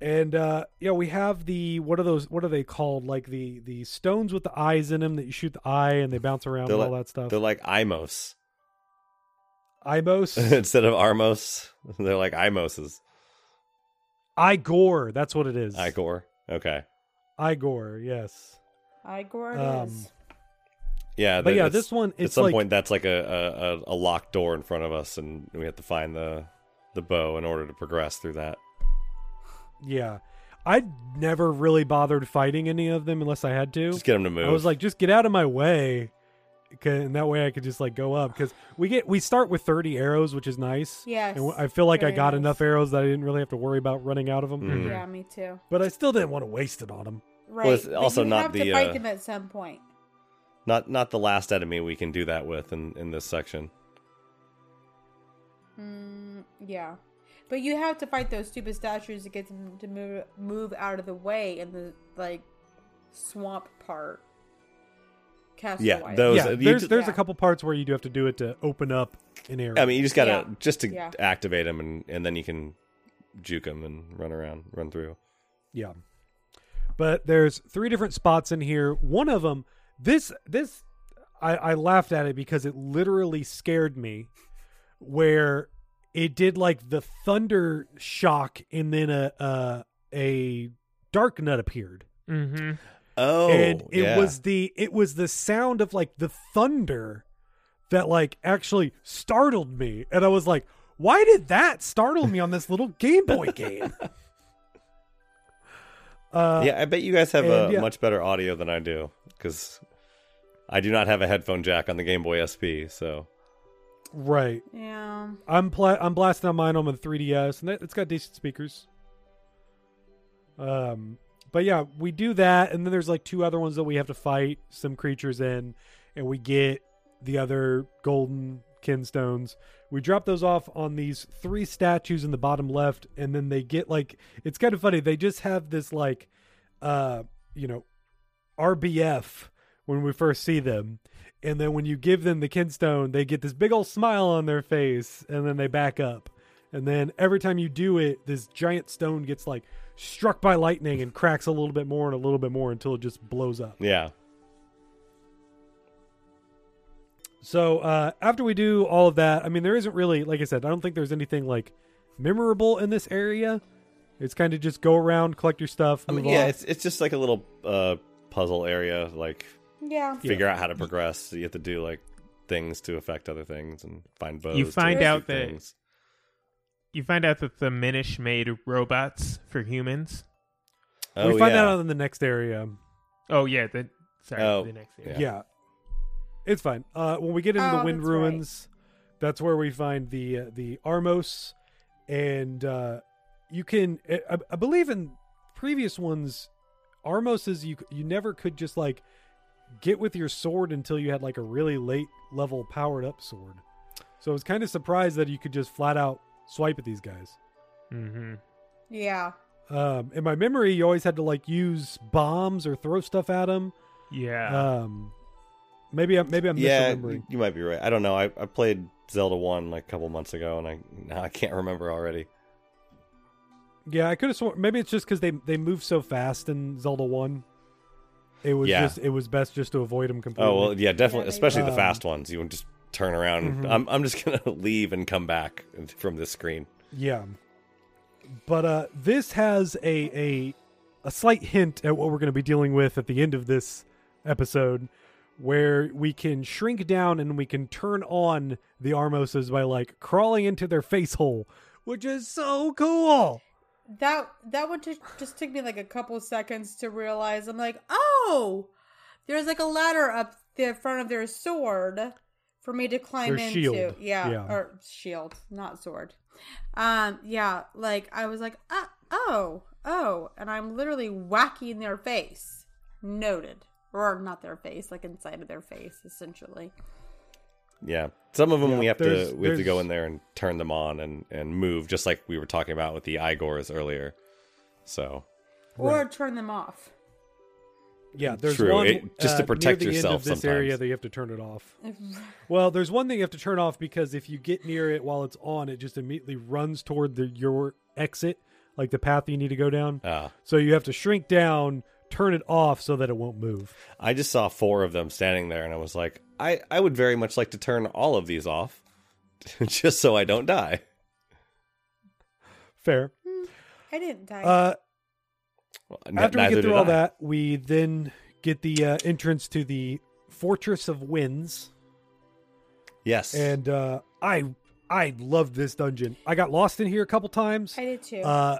A: And uh, yeah, we have the what are those? What are they called? Like the the stones with the eyes in them that you shoot the eye and they bounce around
B: They're
A: and all
B: like-
A: that stuff.
B: They're like Imos
A: Imos,
B: instead of Armos. They're like Imoses.
A: Igor, that's what it is.
B: Igor. Okay.
A: Igor, yes.
D: Igor it
A: um,
D: is.
B: Yeah.
A: But
B: that-
A: yeah,
B: that's-
A: this one
B: at
A: it's
B: some
A: like
B: point that's like a, a a- a locked door in front of us, and we have to find the the bow in order to progress through that.
A: yeah. I never really bothered fighting any of them unless I had to.
B: Just get them to move.
A: I was like, just get out of my way, 'Kay, and that way I could just like go up because we get we start with thirty arrows, which is nice.
D: Yes,
A: and I feel like I
D: very
A: got
D: nice.
A: enough arrows that I didn't really have to worry about running out of them.
B: Mhm.
D: Yeah, me too.
A: But I still didn't want to waste it on them.
D: Right.
B: it's
D: but
B: also
D: you
B: not
D: have
B: the,
D: to fight
B: uh,
D: them at some point.
B: not not the last enemy we can do that with in in this section.
D: Mm, yeah. But you have to fight those stupid statues to get them to move move out of the way in the like swamp part. Castle
B: Yeah,
D: Wild.
B: those-
A: yeah,
B: you
A: there's
B: just-
A: there's a
D: Yeah.
A: couple parts where you do have to do it to open up an area.
B: I mean, you just gotta
D: Yeah.
B: just to
D: Yeah.
B: activate them, and and then you can juke them and run around, run through.
A: yeah. But there's three different spots in here. One of them, this this, I, I laughed at it because it literally scared me, where it did like the thunder shock and then a a, a dark nut appeared.
C: Mm-hmm.
B: Oh,
A: and it
B: yeah.
A: was the it was the sound of like the thunder that like actually startled me and i was like why did that startle me on this little game boy game uh
B: yeah. I bet you guys have a
A: and, yeah.
B: much better audio than I do because I do not have a headphone jack on the Game Boy SP. So
A: right
D: Yeah.
A: i'm pla- i'm blasting on mine on the 3ds and that, it's got decent speakers um but yeah we do that and then there's like two other ones that we have to fight some creatures in and we get the other golden kinstones. We drop those off on these three statues in the bottom left, and then they get like it's kind of funny. They just have this like, uh, you know, RBF when we first see them. And then when you give them the kinstone, they get this big old smile on their face and then they back up. And then every time you do it, this giant stone gets like struck by lightning and cracks a little bit more and a little bit more until it just blows up.
B: Yeah.
A: So uh, after we do all of that, I mean, there isn't really, like I said, I don't think there's anything like memorable in this area. It's kind of just go around, collect your stuff.
B: I
A: Move
B: mean, yeah,
A: on.
B: it's it's just like a little uh, puzzle area. Like
D: Yeah.
B: figure out how to progress. You have to do like things to affect other things and find bows.
C: You
B: to
C: find
B: do
C: out that
B: things.
C: you find out that the Minish made robots for humans.
B: Oh,
A: we find
B: yeah.
A: that out in the next area.
C: Oh yeah, the sorry,
B: Oh,
C: the next
A: Yeah.
C: area.
A: It's fine. Uh, when we get into
D: Oh,
A: the Wind
D: that's right.
A: Ruins, that's where we find the uh, the Armos, and uh, you can. I, I believe in previous ones, Armos is you you never could just like get with your sword until you had like a really late level powered up sword. So I was kind of surprised that you could just flat out swipe at these guys.
C: Mm-hmm.
D: Yeah.
A: Um, in my memory, you always had to like use bombs or throw stuff at them.
C: Yeah.
A: Um, maybe I'm maybe I'm
B: yeah,
A: misremembering.
B: you, you might be right. I don't know. I, I played Zelda One like a couple months ago, and I now I can't remember already.
A: Yeah, I could have sworn. Maybe it's just because they they move so fast in Zelda One. It was
B: Yeah.
A: just it was best just to avoid them completely.
B: Oh well, yeah, definitely,
D: maybe.
B: especially the
A: Um,
B: fast ones. You would just turn around.
A: Mhm.
B: I'm I'm just gonna leave and come back from this screen.
A: yeah. But uh, this has a a a slight hint at what we're going to be dealing with at the end of this episode, where we can shrink down and we can turn on the Armoses by like crawling into their face hole, which is so cool.
D: That that one just just took me like a couple seconds to realize. I'm like, oh, there's like a ladder up the front of their sword for me to climb
A: Their
D: into.
A: shield.
D: Yeah,
A: Yeah.
D: or shield, not sword. Um, yeah, like I was like, uh, oh, oh, and I'm literally whacking their face. Noted, or not their face, like inside of their face, essentially.
B: Yeah, some of them
A: Yeah,
B: we have
A: there's-
B: to we have to go
A: there's-
B: in there and turn them on and and move, just like we were talking about with the Igors earlier. So
D: Or turn them off
A: Yeah, there's
B: True.
A: one
B: It- just to
A: uh,
B: protect
A: near the end
B: yourself
A: of this area
B: sometimes.
A: that you have to turn it off. well, there's one thing you have to turn off because if you get near it while it's on, it just immediately runs toward the your exit, like the path you need to go down.
B: uh,
A: So you have to shrink down, turn it off so that it won't move.
B: I just saw four of them standing there, and I was like, I I would very much like to turn all of these off, just so I don't die.
A: Fair.
D: I didn't die.
A: Uh,
B: Well, n-
A: after we
B: neither
A: get through
B: did
A: all
B: I.
A: that, we then get the uh, entrance to the Fortress of Winds,
B: yes,
A: and uh, I I loved this dungeon. I got lost in here a couple times.
D: I did too.
A: Uh,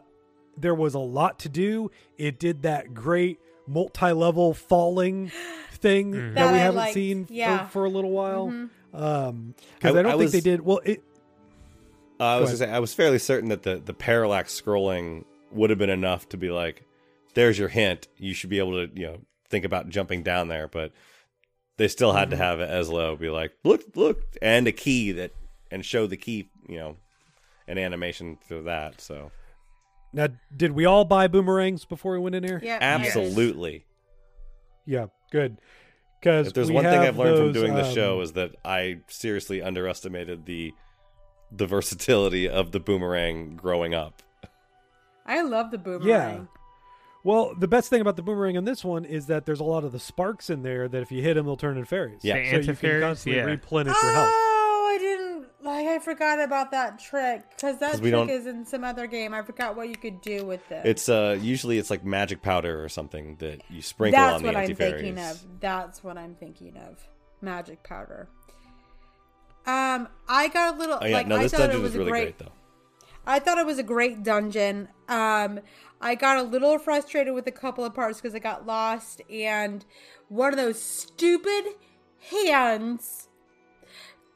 A: there was a lot to do. It did that great multi-level falling thing
B: Mm-hmm.
A: that,
D: That
A: we
D: I
A: haven't
D: liked,
A: seen
D: yeah.
A: for, for a little while.
D: Mhm.
A: Um,
B: I-
A: because I, don't
B: I
A: think they
B: was-
A: did. Well, it
B: Uh, I was
A: Go
B: gonna say I was fairly certain that the the parallax scrolling would have been enough to be like, there's your hint. You should be able to you know think about jumping down there, but they still had to have Eslo be like, look, look, and a key that and show the key, you know, an animation for that. So
A: now did we all buy boomerangs before we went in here?
D: yeah,
B: absolutely.
A: Yeah, good. Because
B: If there's one thing I've learned from doing
A: um,
B: the show is that I seriously underestimated the the versatility of the boomerang growing up.
D: I love the boomerang.
A: Yeah. Well, the best thing about the boomerang in this one is that there's a lot of the sparks in there that if you hit them, they'll turn into fairies.
B: Yeah.
C: The
A: so you can
C: antifairies,
A: constantly
C: yeah.
A: replenish your health.
D: Oh, I didn't like. I forgot about that trick because that
B: 'Cause we
D: trick
B: don't-
D: is in some other game. I forgot what you could do with it.
B: It's uh usually it's like magic powder or something that you sprinkle
D: that's
B: on the
D: what I'm
B: antifairies.
D: thinking of. That's what I'm thinking of. Magic powder. Um, I got a little.
B: Oh yeah,
D: like,
B: no,
D: I
B: this
D: thought
B: dungeon
D: it was
B: is really
D: a
B: great
D: great
B: though.
D: I thought it was a great dungeon. Um, I got a little frustrated with a couple of parts because I got lost, and one of those stupid hands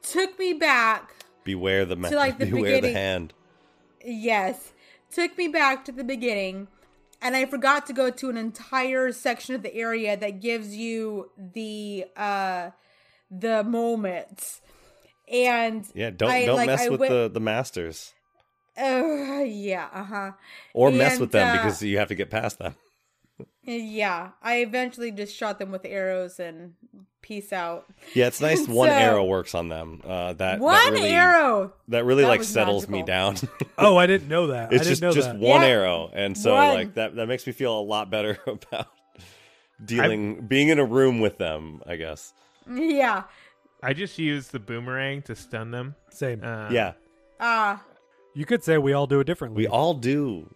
D: took me back.
B: Beware the ma-
D: To, like, the
B: beware
D: beginning-
B: the hand.
D: Yes, took me back to the beginning, and I forgot to go to an entire section of the area that gives you the uh the moments. And
B: Yeah, don't
D: I,
B: don't
D: like,
B: mess
D: I
B: with
D: went-
B: the the masters
D: Uh, yeah, uh huh.
B: or mess
D: And,
B: with them
D: uh,
B: because you have to get past them.
D: Yeah, I eventually just shot them with arrows and peace out.
B: Yeah, it's nice one
D: So-
B: arrow works on them. Uh, that that
D: One
B: really,
D: arrow!
B: that really
D: That
B: like
D: was
B: settles me down.
A: Oh, I didn't know that. I
B: it's
A: didn't
B: just
A: know
B: just
A: that.
B: one
D: Yeah.
B: arrow, and so
D: One.
B: like that that makes me feel a lot better about dealing being in a room with them. I guess.
D: Yeah.
C: I just used the boomerang to stun them.
A: Same.
C: Uh,
B: yeah,
D: Ah.
A: You could say we all do it differently.
B: we all do.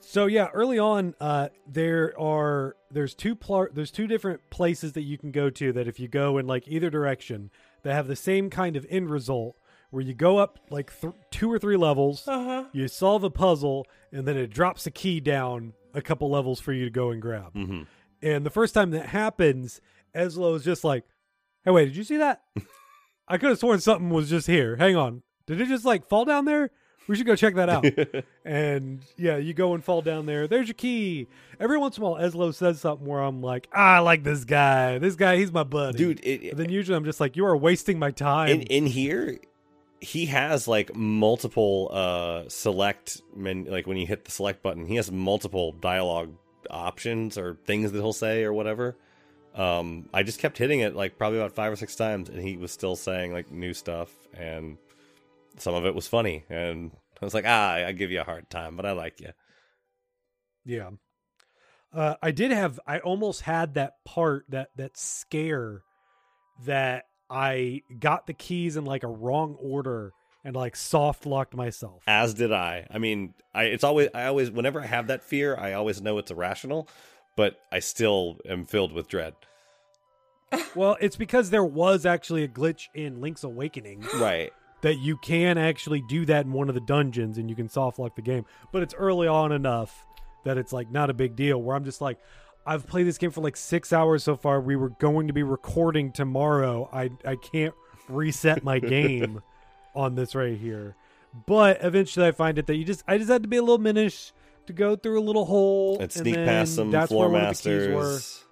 A: So yeah, early on, uh, there are there's two pl- there's two different places that you can go to that if you go in like either direction that have the same kind of end result where you go up like th- two or three levels,
D: Uh-huh.
A: you solve a puzzle, and then it drops a key down a couple levels for you to go and grab.
B: hmm
A: And the first time that happens, Eslo is just like, "Hey, wait, did you see that? I could have sworn something was just here. Hang on, did it just like fall down there? We should go check that out." and yeah, you go and fall down there. There's your key. Every once in a while, Eslo says something where I'm like, "Ah, "I like this guy. This guy, he's my buddy,
B: Dude,
A: But
B: it,
A: then usually I'm just like, "You are wasting my time."
B: in in here he has like multiple uh select men like when you hit the select button he has multiple dialogue options or things that he'll say or whatever um i just kept hitting it like probably about five or six times and he was still saying like new stuff and some of it was funny and i was like ah i give you a hard time but i like you
A: Yeah. Uh, I did have I almost had that part that that scare that I got the keys in like a wrong order and like soft locked myself.
B: as did i i mean i it's always i always whenever i have that fear i always know it's irrational but i still am filled with dread
A: Well, it's because there was actually a glitch in Link's Awakening
B: right
A: that you can actually do that in one of the dungeons and you can soft lock the game, but it's early on enough that it's like not a big deal where I'm just like I've played this game for like 6 hours so far. We were going to be recording tomorrow. I I can't reset my game on this right here. But eventually I find it that you just I just had to be a little minish to go through a little hole
B: and sneak
A: then
B: past some
A: that's
B: floor
A: where one of the keys were.
B: masters.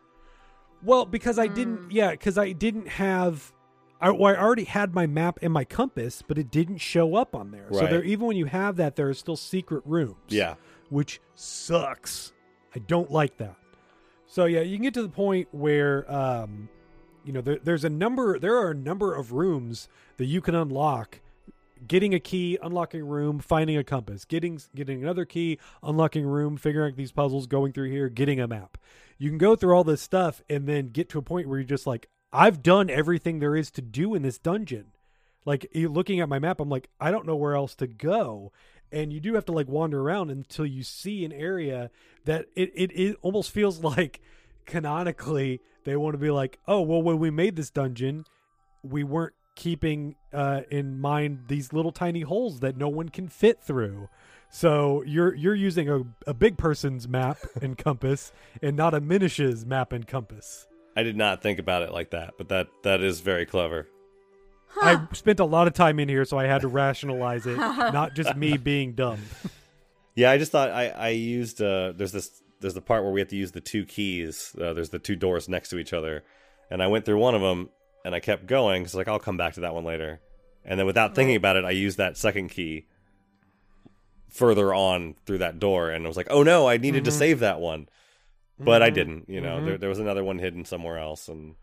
A: Well, because I didn't, yeah, because I didn't have. I, well, I already had my map and my compass, but it didn't show up on there. So
B: Right.
A: there, even when you have that, there are still secret rooms.
B: Yeah,
A: which sucks. I don't like that. So yeah, you can get to the point where, um, you know, there, there's a number. There are a number of rooms that you can unlock. Getting a key, unlocking a room, finding a compass, getting getting another key, unlocking a room, figuring out these puzzles, going through here, getting a map. You can go through all this stuff and then get to a point where you're just like, I've done everything there is to do in this dungeon. Like you- looking at my map, I'm like, I don't know where else to go. And you do have to like wander around until you see an area that it, it, it almost feels like canonically they want to be like, oh, well, when we made this dungeon, we weren't keeping uh, in mind these little tiny holes that no one can fit through. So you're you're using a, a big person's map and compass and not a minish's map and compass.
B: I did not think about it like that, but that that is very clever.
D: Huh.
A: I spent a lot of time in here, so I had to rationalize it, not just me being dumb.
B: Yeah, I just thought I I used uh there's this there's the part where we have to use the two keys. Uh, there's the two doors next to each other, and I went through one of them and I kept going because like I'll come back to that one later, and then without thinking about it, I used that second key further on through that door, and I was like, oh no, I needed
A: Mm-hmm.
B: to save that one, but I didn't. You know, there there was another one hidden somewhere else, and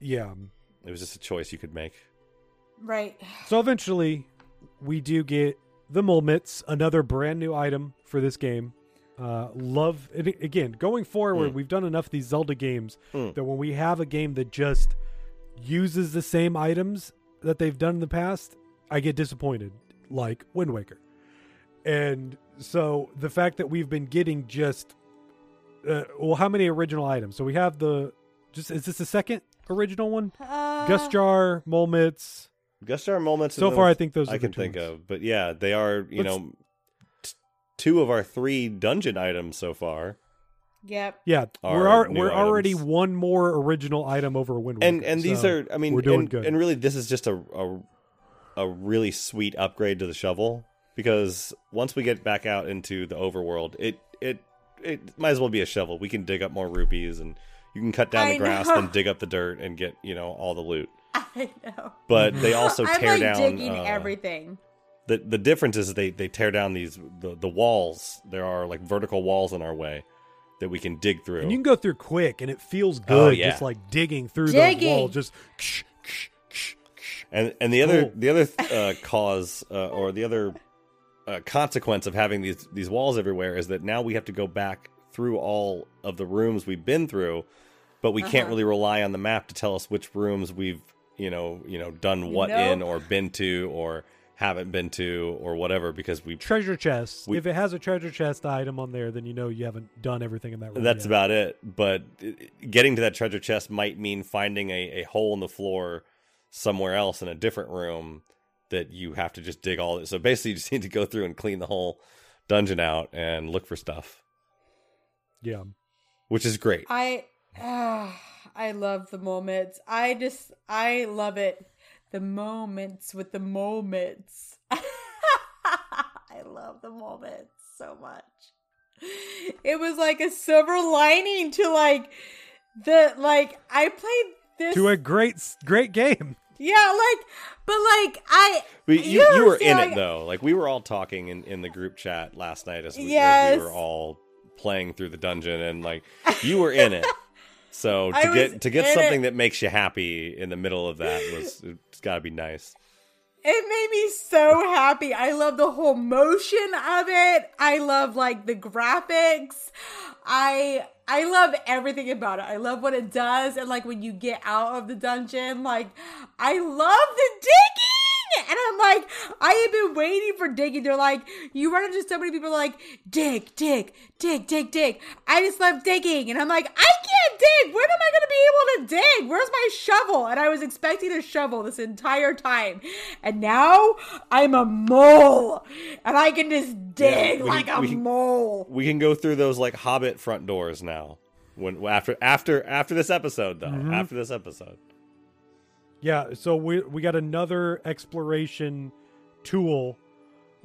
A: Yeah.
B: it was just a choice you could make.
D: Right.
A: So eventually, we do get the Mulmits, another brand new item for this game. Uh, love and a- again going forward. We've done enough of these Zelda games that when we have a game that just uses the same items that they've done in the past, I get disappointed. Like Wind Waker, and so the fact that we've been getting just uh, well, how many original items? So we have the just is this the second original one?
D: Uh,
A: Gust Jar, Mulmits.
B: Gustar moments.
A: So
B: and
A: far,
B: those
A: I think those are
B: I
A: the
B: can
A: two
B: think
A: ones.
B: of, but yeah, they are you
A: Let's-
B: know t- two of our three dungeon items so far,
D: Yep.
A: Yeah,
B: Are
A: we're al-
B: new
A: we're already
B: items.
A: one more original item over a Wind Waker.
B: and and these
A: so
B: are I mean
A: we're doing
B: and,
A: good.
B: and really this is just a, a a really sweet upgrade to the shovel because once we get back out into the overworld, it it it might as well be a shovel. We can dig up more rupees and you can cut down
D: I
B: the grass,
D: know.
B: then dig up the dirt and get you know all the loot.
D: I know.
B: But they also
D: I'm
B: tear
D: like
B: down
D: digging
B: uh,
D: everything.
B: the the difference is they they tear down these the, the walls there are like vertical walls in our way that we can dig through.
A: And you can go through quick, and it feels good,
B: Oh, yeah.
A: just like digging through
D: Digging.
A: those walls. Just
B: And and the other
A: Cool.
B: the other uh, cause uh, or the other uh, consequence of having these these walls everywhere is that now we have to go back through all of the rooms we've been through, but we can't
D: Uh-huh.
B: really rely on the map to tell us which rooms we've you know you know done what
D: Nope.
B: in or been to or haven't been to or whatever because we
A: treasure chests.
B: We-
A: if it has a treasure chest item on there, then you know you haven't done everything in that room.
B: That's
A: yet.
B: about it. But uh, getting to that treasure chest might mean finding a, a hole in the floor somewhere else in a different room that you have to just dig all. So basically, you just need to go through and clean the whole dungeon out and look for stuff,
A: yeah.
B: which is great.
D: I ah, I love the moments. I just I love it. The moments with the moments. I love the moments so much. It was like a silver lining to like the like I played this
A: To a great, great game.
D: yeah like but like I
B: But you, you were in
D: understand,
B: it
D: like,
B: though. Like we were all talking in, in the group chat last night as we, as we
D: Yes.
B: were all playing through the dungeon, and like you were in it. So
D: I
B: to
D: was
B: get to
D: in
B: get
D: it.
B: something that makes you happy in the middle of that was it's got to be nice.
D: It made me so happy. I love the whole motion of it. I love like the graphics. I I love everything about it. I love what it does and like when you get out of the dungeon, like I love the digging. And I'm like, I have been waiting for digging. They're like, you run into so many people like, dig, dig, dig, dig, dig. I just love digging. And I'm like, I can't dig. When am I gonna be able to to dig. Where's my shovel? And I was expecting a shovel this entire time. And now I'm a mole. And I can just dig
B: we
D: like
B: can-
D: a
B: we can-
D: mole.
B: we can go through those like hobbit front doors now when after after after this episode though
A: Mhm.
B: after this episode
A: Yeah, so we we got another exploration tool.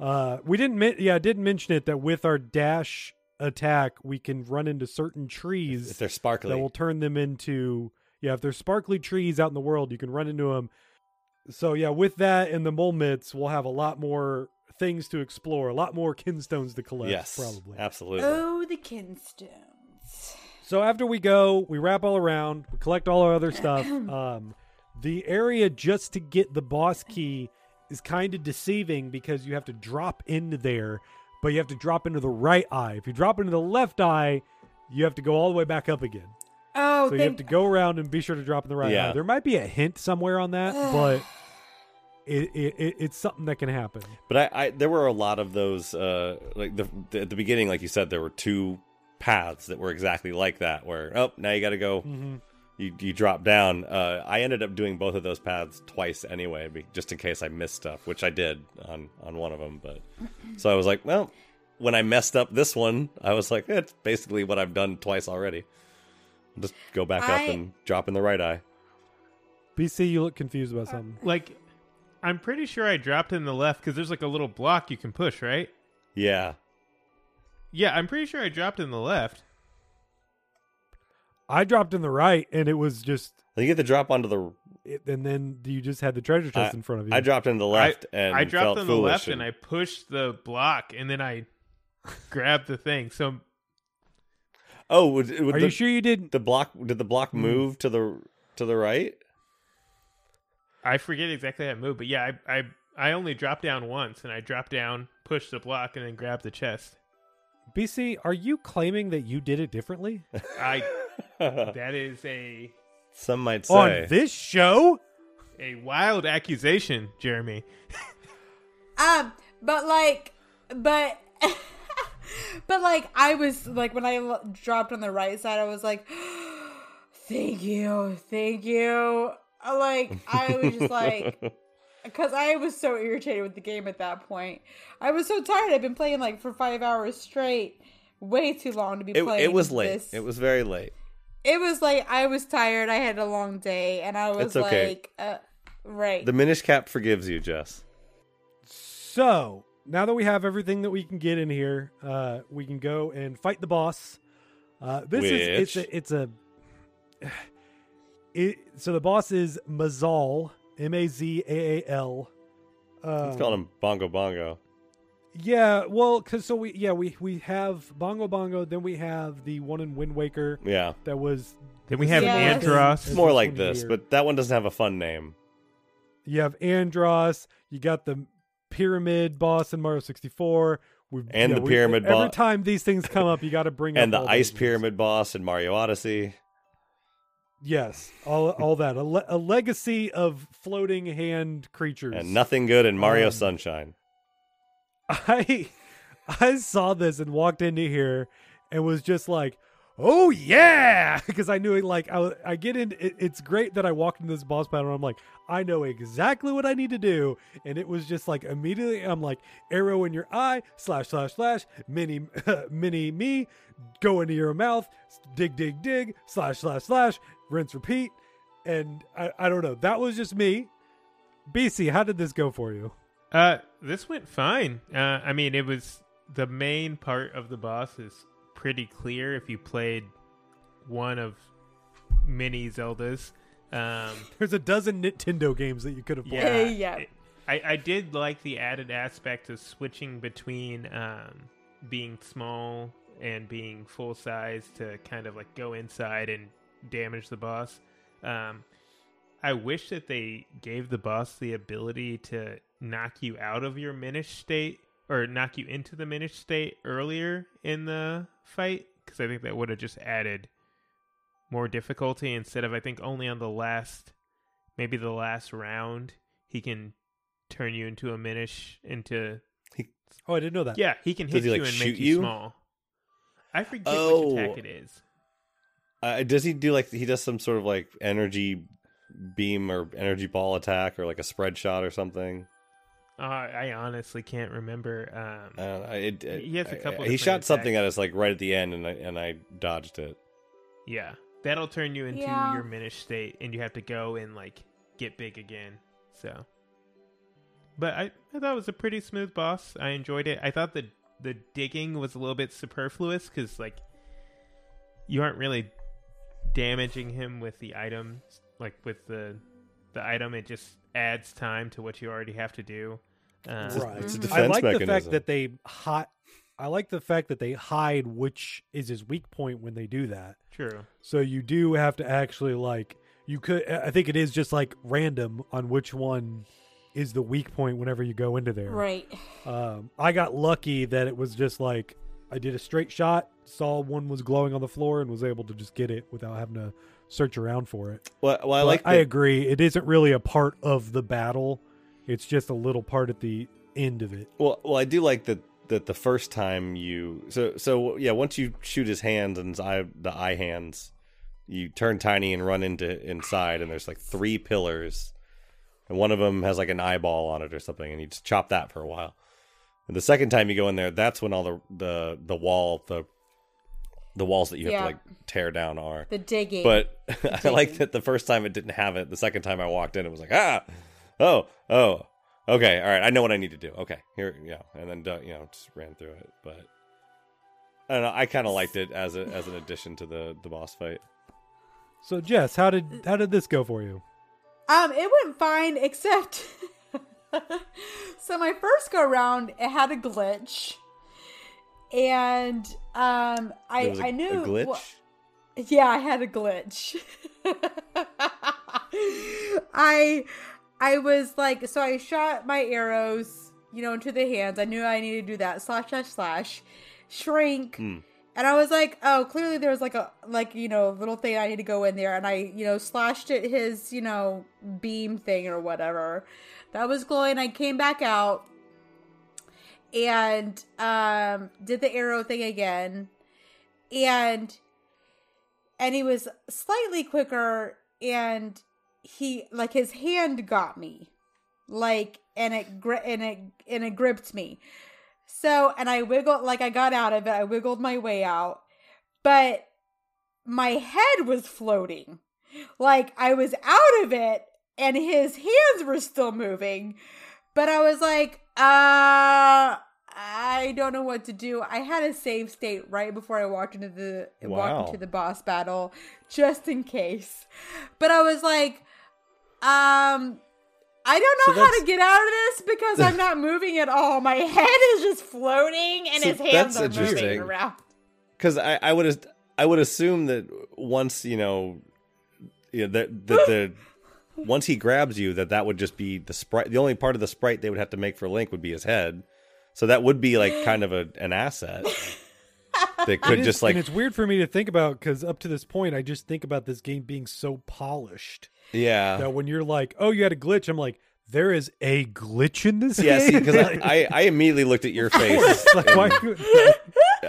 A: Uh, we didn't, men- yeah, I did mention it that with our dash attack, we can run into certain trees
B: if they're sparkly
A: that will turn them into. Yeah, if there's sparkly trees out in the world, you can run into them. So yeah, with that and the mole mitts, we'll have a lot more things to explore, a lot more kinstones to collect.
B: yes
A: probably.
B: absolutely
D: Oh, the kinstones.
A: So after we go, we wrap all around, we collect all our other stuff. Um, the area just to get the boss key is kind of deceiving because you have to drop into there, but you have to drop into the right eye. If you drop into the left eye, you have to go all the way back up again.
D: Oh,
A: so you have
D: thank
A: to go around and be sure to drop in the right
B: Yeah.
A: eye. There might be a hint somewhere on that, but it, it, it it's something that can happen.
B: but I, I there were a lot of those uh like the, the at the beginning like you said there were two paths that were exactly like that where oh now you gotta go
A: Mm-hmm.
B: you, you drop down uh i ended up doing both of those paths twice anyway be- just in case i missed stuff which i did on on one of them but so i was like well when i messed up this one i was like it's basically what i've done twice already just go back
D: I-
B: up and drop in the right eye
A: BC, you look confused about something.
C: Like, I'm pretty sure I dropped in the left because there's like a little block you can push, right?
B: yeah
C: Yeah, I'm pretty sure I dropped in the left.
A: I dropped in the right, and it was just,
B: you get the drop onto the
A: it, and then you just had the treasure chest
B: I-
A: in front of you.
B: i dropped into the left
C: I,
B: and
C: I dropped
B: felt
C: on the
B: foolish
C: left and I pushed the block and then I grabbed the thing. So
B: oh would, would
A: Are
B: the,
A: you sure Hmm. you didn't?
B: the block did the block move to the to the right
C: I forget exactly how it moved, but yeah, I I, I only dropped down once and I dropped down, pushed the block, and then grabbed the chest.
A: BC, are you claiming that you did it differently
C: I that is a
B: some might say
A: on this show?
C: a wild accusation, Jeremy.
D: Um, but like, but, but like, I was like, when I l- dropped on the right side, I was like, thank you, thank you. Uh, Like, I was just like, because I was so irritated with the game at that point. I was so tired. I've been playing like for five hours straight. Way too long to be
B: it,
D: playing.
B: it was late
D: this.
B: it was very late
D: It was like I was tired. I had a long day, and I was
B: That's okay.
D: like, uh, right.
B: the minish cap forgives you jess
A: So now that we have everything that we can get in here, uh, we can go and fight the boss. Uh, this is it's
B: Which-
A: a it's a it, so the boss is Mazal M A Z A A L. Oh. Um,
B: Let's call him Bongo Bongo.
A: Yeah, well, because so we yeah we we have Bongo Bongo, then we have the one in Wind Waker.
B: Yeah.
A: that was.
C: Then we have
A: Yes.
C: Andross.
B: It's more like
A: This one
B: this,
A: here.
B: but that one doesn't have a fun name.
A: You have Andross. You got the pyramid boss in Mario sixty four.
B: And the pyramid
A: Every
B: bo-
A: time these things come up, you got to bring
B: And the
A: up all those
B: ice
A: names.
B: pyramid boss in Mario Odyssey.
A: Yes, all all that a, le- a legacy of floating hand creatures
B: And nothing good in Mario
A: Um,
B: Sunshine.
A: I I saw this and walked into here and was just like, "Oh yeah!" because I knew it like I was- I get in it, it's great that I walked into this boss battle and I'm like, "I know exactly what I need to do." And it was just like immediately I'm like, "Arrow in your eye, slash slash slash, mini mini me, go into your mouth, dig dig dig, slash slash slash, rinse repeat." And I, I don't know. That was just me. BC, how did this go for you?
C: Uh, this went fine. Uh, I mean, it was the main part of the boss is pretty clear if you played one of many Zeldas. Um,
A: There's a dozen Nintendo games that you could have played.
C: yeah,
D: Yeah.
C: it- I, I did like the added aspect of switching between um, being small and being full size to kind of like go inside and damage the boss. Um, I wish that they gave the boss the ability to knock you out of your minish state or knock you into the minish state earlier in the fight because I think that would have just added more difficulty instead of I think only on the last maybe the last round he can turn you into a minish into
A: Oh, I didn't know that.
C: yeah he can
B: Does
C: hit
B: he,
C: you
B: like,
C: and
B: shoot
C: make you,
B: you?
C: small. I forget
B: Oh.
C: which attack it is.
B: Uh, does he do like he does some sort of like energy beam or energy ball attack or like a spread shot or something?
C: Uh, I honestly can't remember. Um,
B: I don't know. It, it-
C: He has a
B: I-
C: couple
B: I- he
C: different
B: shot something
C: attacks.
B: at us like right at the end, and I and I dodged it.
C: Yeah, that'll turn you into
D: Yeah.
C: your minish state, and you have to go and like get big again. So, but I, I thought it was a pretty smooth boss. I enjoyed it. I thought the the digging was a little bit superfluous because like you aren't really damaging him with the item, like with the the item. It just adds time to what you already have to do. Um,
B: It's a- it's a
A: Mhm. I
B: defense
A: like the fact
B: mechanism.
A: that they hide. I like the fact that they hide which is his weak point when they do that.
C: True.
A: So you do have to actually like you could. I think it is just like random on which one is the weak point whenever you go into there.
D: Right.
A: Um, I got lucky that it was just like I did a straight shot, saw one was glowing on the floor, and was able to just get it without having to search around for it.
B: Well, well I
A: But
B: like.
A: I
B: that-
A: agree. It isn't really a part of the battle. It's just a little part at the end of it.
B: Well, well, I do like that. That the first time you so so yeah, once you shoot his hands and his eye, the eye hands, you turn tiny and run into inside, and there's like three pillars, and one of them has like an eyeball on it or something, and you just chop that for a while. And the second time you go in there, that's when all the the the wall the the walls that you have
D: Yeah.
B: to like tear down are.
D: The digging.
B: But I like that the first time it didn't have it. The second time I walked in, it was like, ah, oh, oh, okay, all right. I know what I need to do. Okay, here, yeah, and then uh, you know just ran through it. But I don't know. I kind of liked it as a as an addition to the the boss fight.
A: So Jess, how did how did this go for you?
D: Um, it went fine, except so my first go round it had a glitch, and um, I
B: There was a-
D: I knew
B: a glitch.
D: wha- yeah, I had a glitch. I I was like, so I shot my arrows, you know, into the hands. I knew I needed to do that. Slash slash slash, shrink. And I was like, oh, clearly there was like a like you know little thing I need to go in there, and I you know slashed at his you know beam thing or whatever that was glowing. I came back out and um did the arrow thing again, and and he was slightly quicker, and he like his hand got me, like and it gri- and it and it gripped me. So, and I wiggled, like I got out of it, I wiggled my way out, but my head was floating. Like I was out of it and his hands were still moving, but I was like, uh, I don't know what to do. I had a save state right before I walked into the
B: Wow.
D: walked into the boss battle, just in case. But I was like, um, I don't know
B: So
D: how to
B: that's-
D: get out of this because I'm not moving at all. My head is just floating and
B: So
D: his hands
B: that's
D: are moving
B: interesting.
D: around.
B: because I, I would I would assume that once you know, you know that that the once he grabs you, that that would just be the sprite. The only part of the sprite they would have to make for Link would be his head. So that would be like kind of a, an asset that could
A: It is-
B: just like
A: and it's weird for me to think about because up to this point, I just think about this game being so polished
B: yeah
A: that when you're like, "Oh, you had a glitch," I'm like, "There is a glitch in this
B: yeah. See,
A: game."
B: because I, I I immediately looked at your face.
A: like, why?
B: and-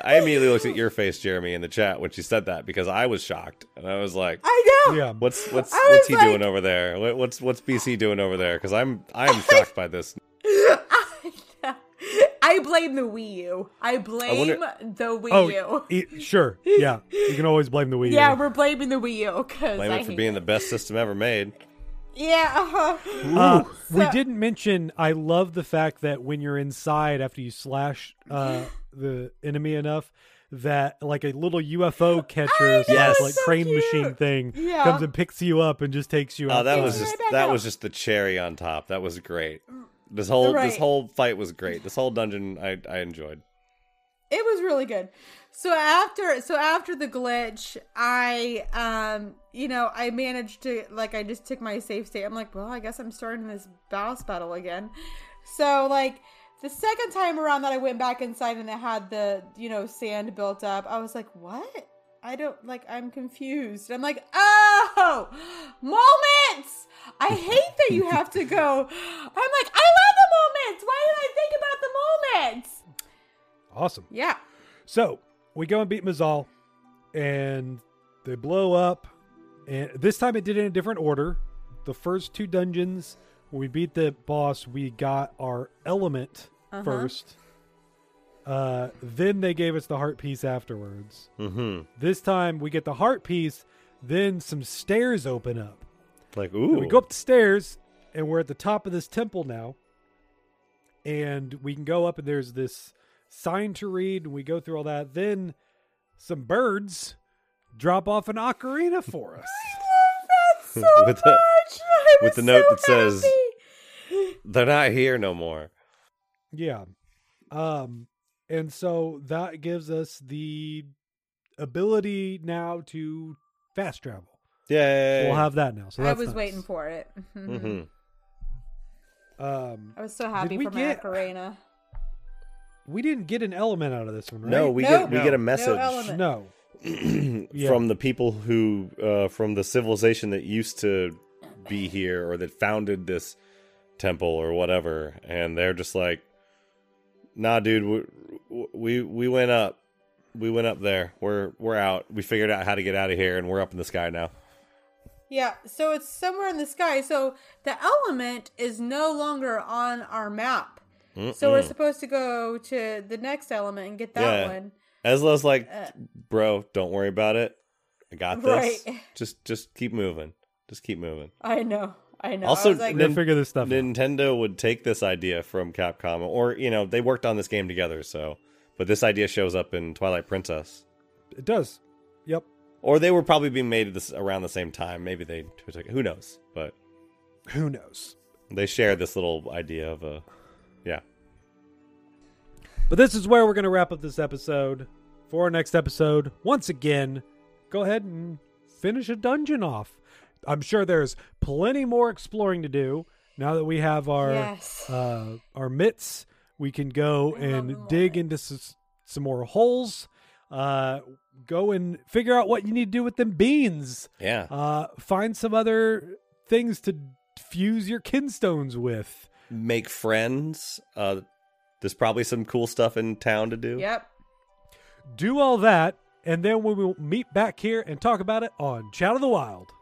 B: I immediately looked at your face, Jeremy, in the chat when she said that because I was shocked and I was like,
D: I know.
A: yeah,
B: What's what's
D: I
B: what's he
D: was
B: doing
D: like-
B: over there? What- What's what's BC doing over there? Because I'm I'm shocked by this.
D: I know. I blame the Wii U. I blame
B: wonder-
D: the Wii U.
A: oh, e- sure, yeah. You can always blame the Wii.
D: Yeah,
A: U.
D: we're blaming the Wii U because
B: Blame
D: I
B: it for
D: hate
B: being the best system ever made.
D: Yeah. Uh-huh.
A: Uh, we
D: So-
A: didn't mention. I love the fact that when you're inside after you slash uh, the enemy enough, that like a little UFO catcher, slash,
B: it's
A: like
B: so
A: crane
D: Oh, cute.
A: machine thing,
D: Yeah.
A: comes and picks you up and just takes you
B: Oh,
A: out.
B: that
A: there.
B: was
D: Yeah.
B: just
D: Right back
B: that
D: up.
B: was just the cherry on top. That was great. This whole this
D: Right.
B: whole fight was great. This whole dungeon I I enjoyed.
D: it was really good so after so after the glitch i um you know i managed to like i just took my safe state i'm like well i guess i'm starting this boss battle again so like the second time around that i went back inside and it had the you know sand built up i was like what i don't like i'm confused i'm like oh moments i hate that you have to go i'm like i love the moments why did i think about the moments
A: awesome.
D: yeah
A: So we go and beat Mazal, and they blow up. And this time it did it in a different order. The first two dungeons, when we beat the boss, we got our element
D: Uh-huh.
A: first. Uh, then they gave us the heart piece afterwards.
B: Mm-hmm.
A: This time we get the heart piece, then some stairs open up.
B: Like
A: And
B: ooh,
A: we go up the stairs, and we're at the top of this temple now. And we can go up, and there's this sign to read, and we go through all that. Then some birds drop off an ocarina for us.
D: so much.
B: With the-
D: I
B: with
D: was
B: the note
D: so
B: that says-
D: happy.
B: they're not here no more.
A: yeah. Um, and so that gives us the ability now to fast travel.
B: Yay!
A: We'll have that now. So
D: I
A: that's
D: was
A: nice.
D: waiting for it. Mhm.
B: hmm
A: Um,
D: I was so happy
A: we
D: for my
A: get-
D: Macarena.
A: we didn't get an element out of this one, right?
B: No, we
D: Nope.
B: get we
D: No.
B: get a
D: No
B: message
D: element.
A: no. Yeah.
B: from the people who uh, from the civilization that used to be here or that founded this temple or whatever and they're just like nah dude we we, we went up we went up there we're we're out we figured out how to get out of here and we're up in the sky now
D: Yeah, so it's somewhere in the sky. So the element is no longer on our map. So we're
B: Mm-mm.
D: supposed to go to the next element and get that
B: Yeah.
D: one.
B: Ezla's like
D: Uh.
B: bro don't worry about it i got this
D: Right.
B: just just keep moving just keep moving
D: I know. I know. I
B: Also,
D: was like,
A: They'll
B: Nin-
A: figure this stuff out.
B: Nintendo would take this idea from Capcom, or you know, they worked on this game together. So, but this idea shows up in Twilight Princess,
A: It does. Yep.
B: or they were probably being made this around the same time. Maybe they took who knows, but
A: Who knows?
B: they share this little idea of a yeah.
A: But this is where we're going to wrap up this episode. For our next episode, once again, go ahead and finish a dungeon off. I'm sure there's plenty more exploring to do. Now that we have our
D: Yes.
A: uh, our mitts, we can go
D: I love
A: and
D: them
A: dig
D: already.
A: into s- some more holes. Uh, go and figure out what you need to do with them beans.
B: Yeah,
A: Uh, find some other things to fuse your kinstones with.
B: make friends. Uh, there's probably some cool stuff in town to do.
D: yep.
A: do all that, and then we will meet back here and talk about it on Chat of the Wild.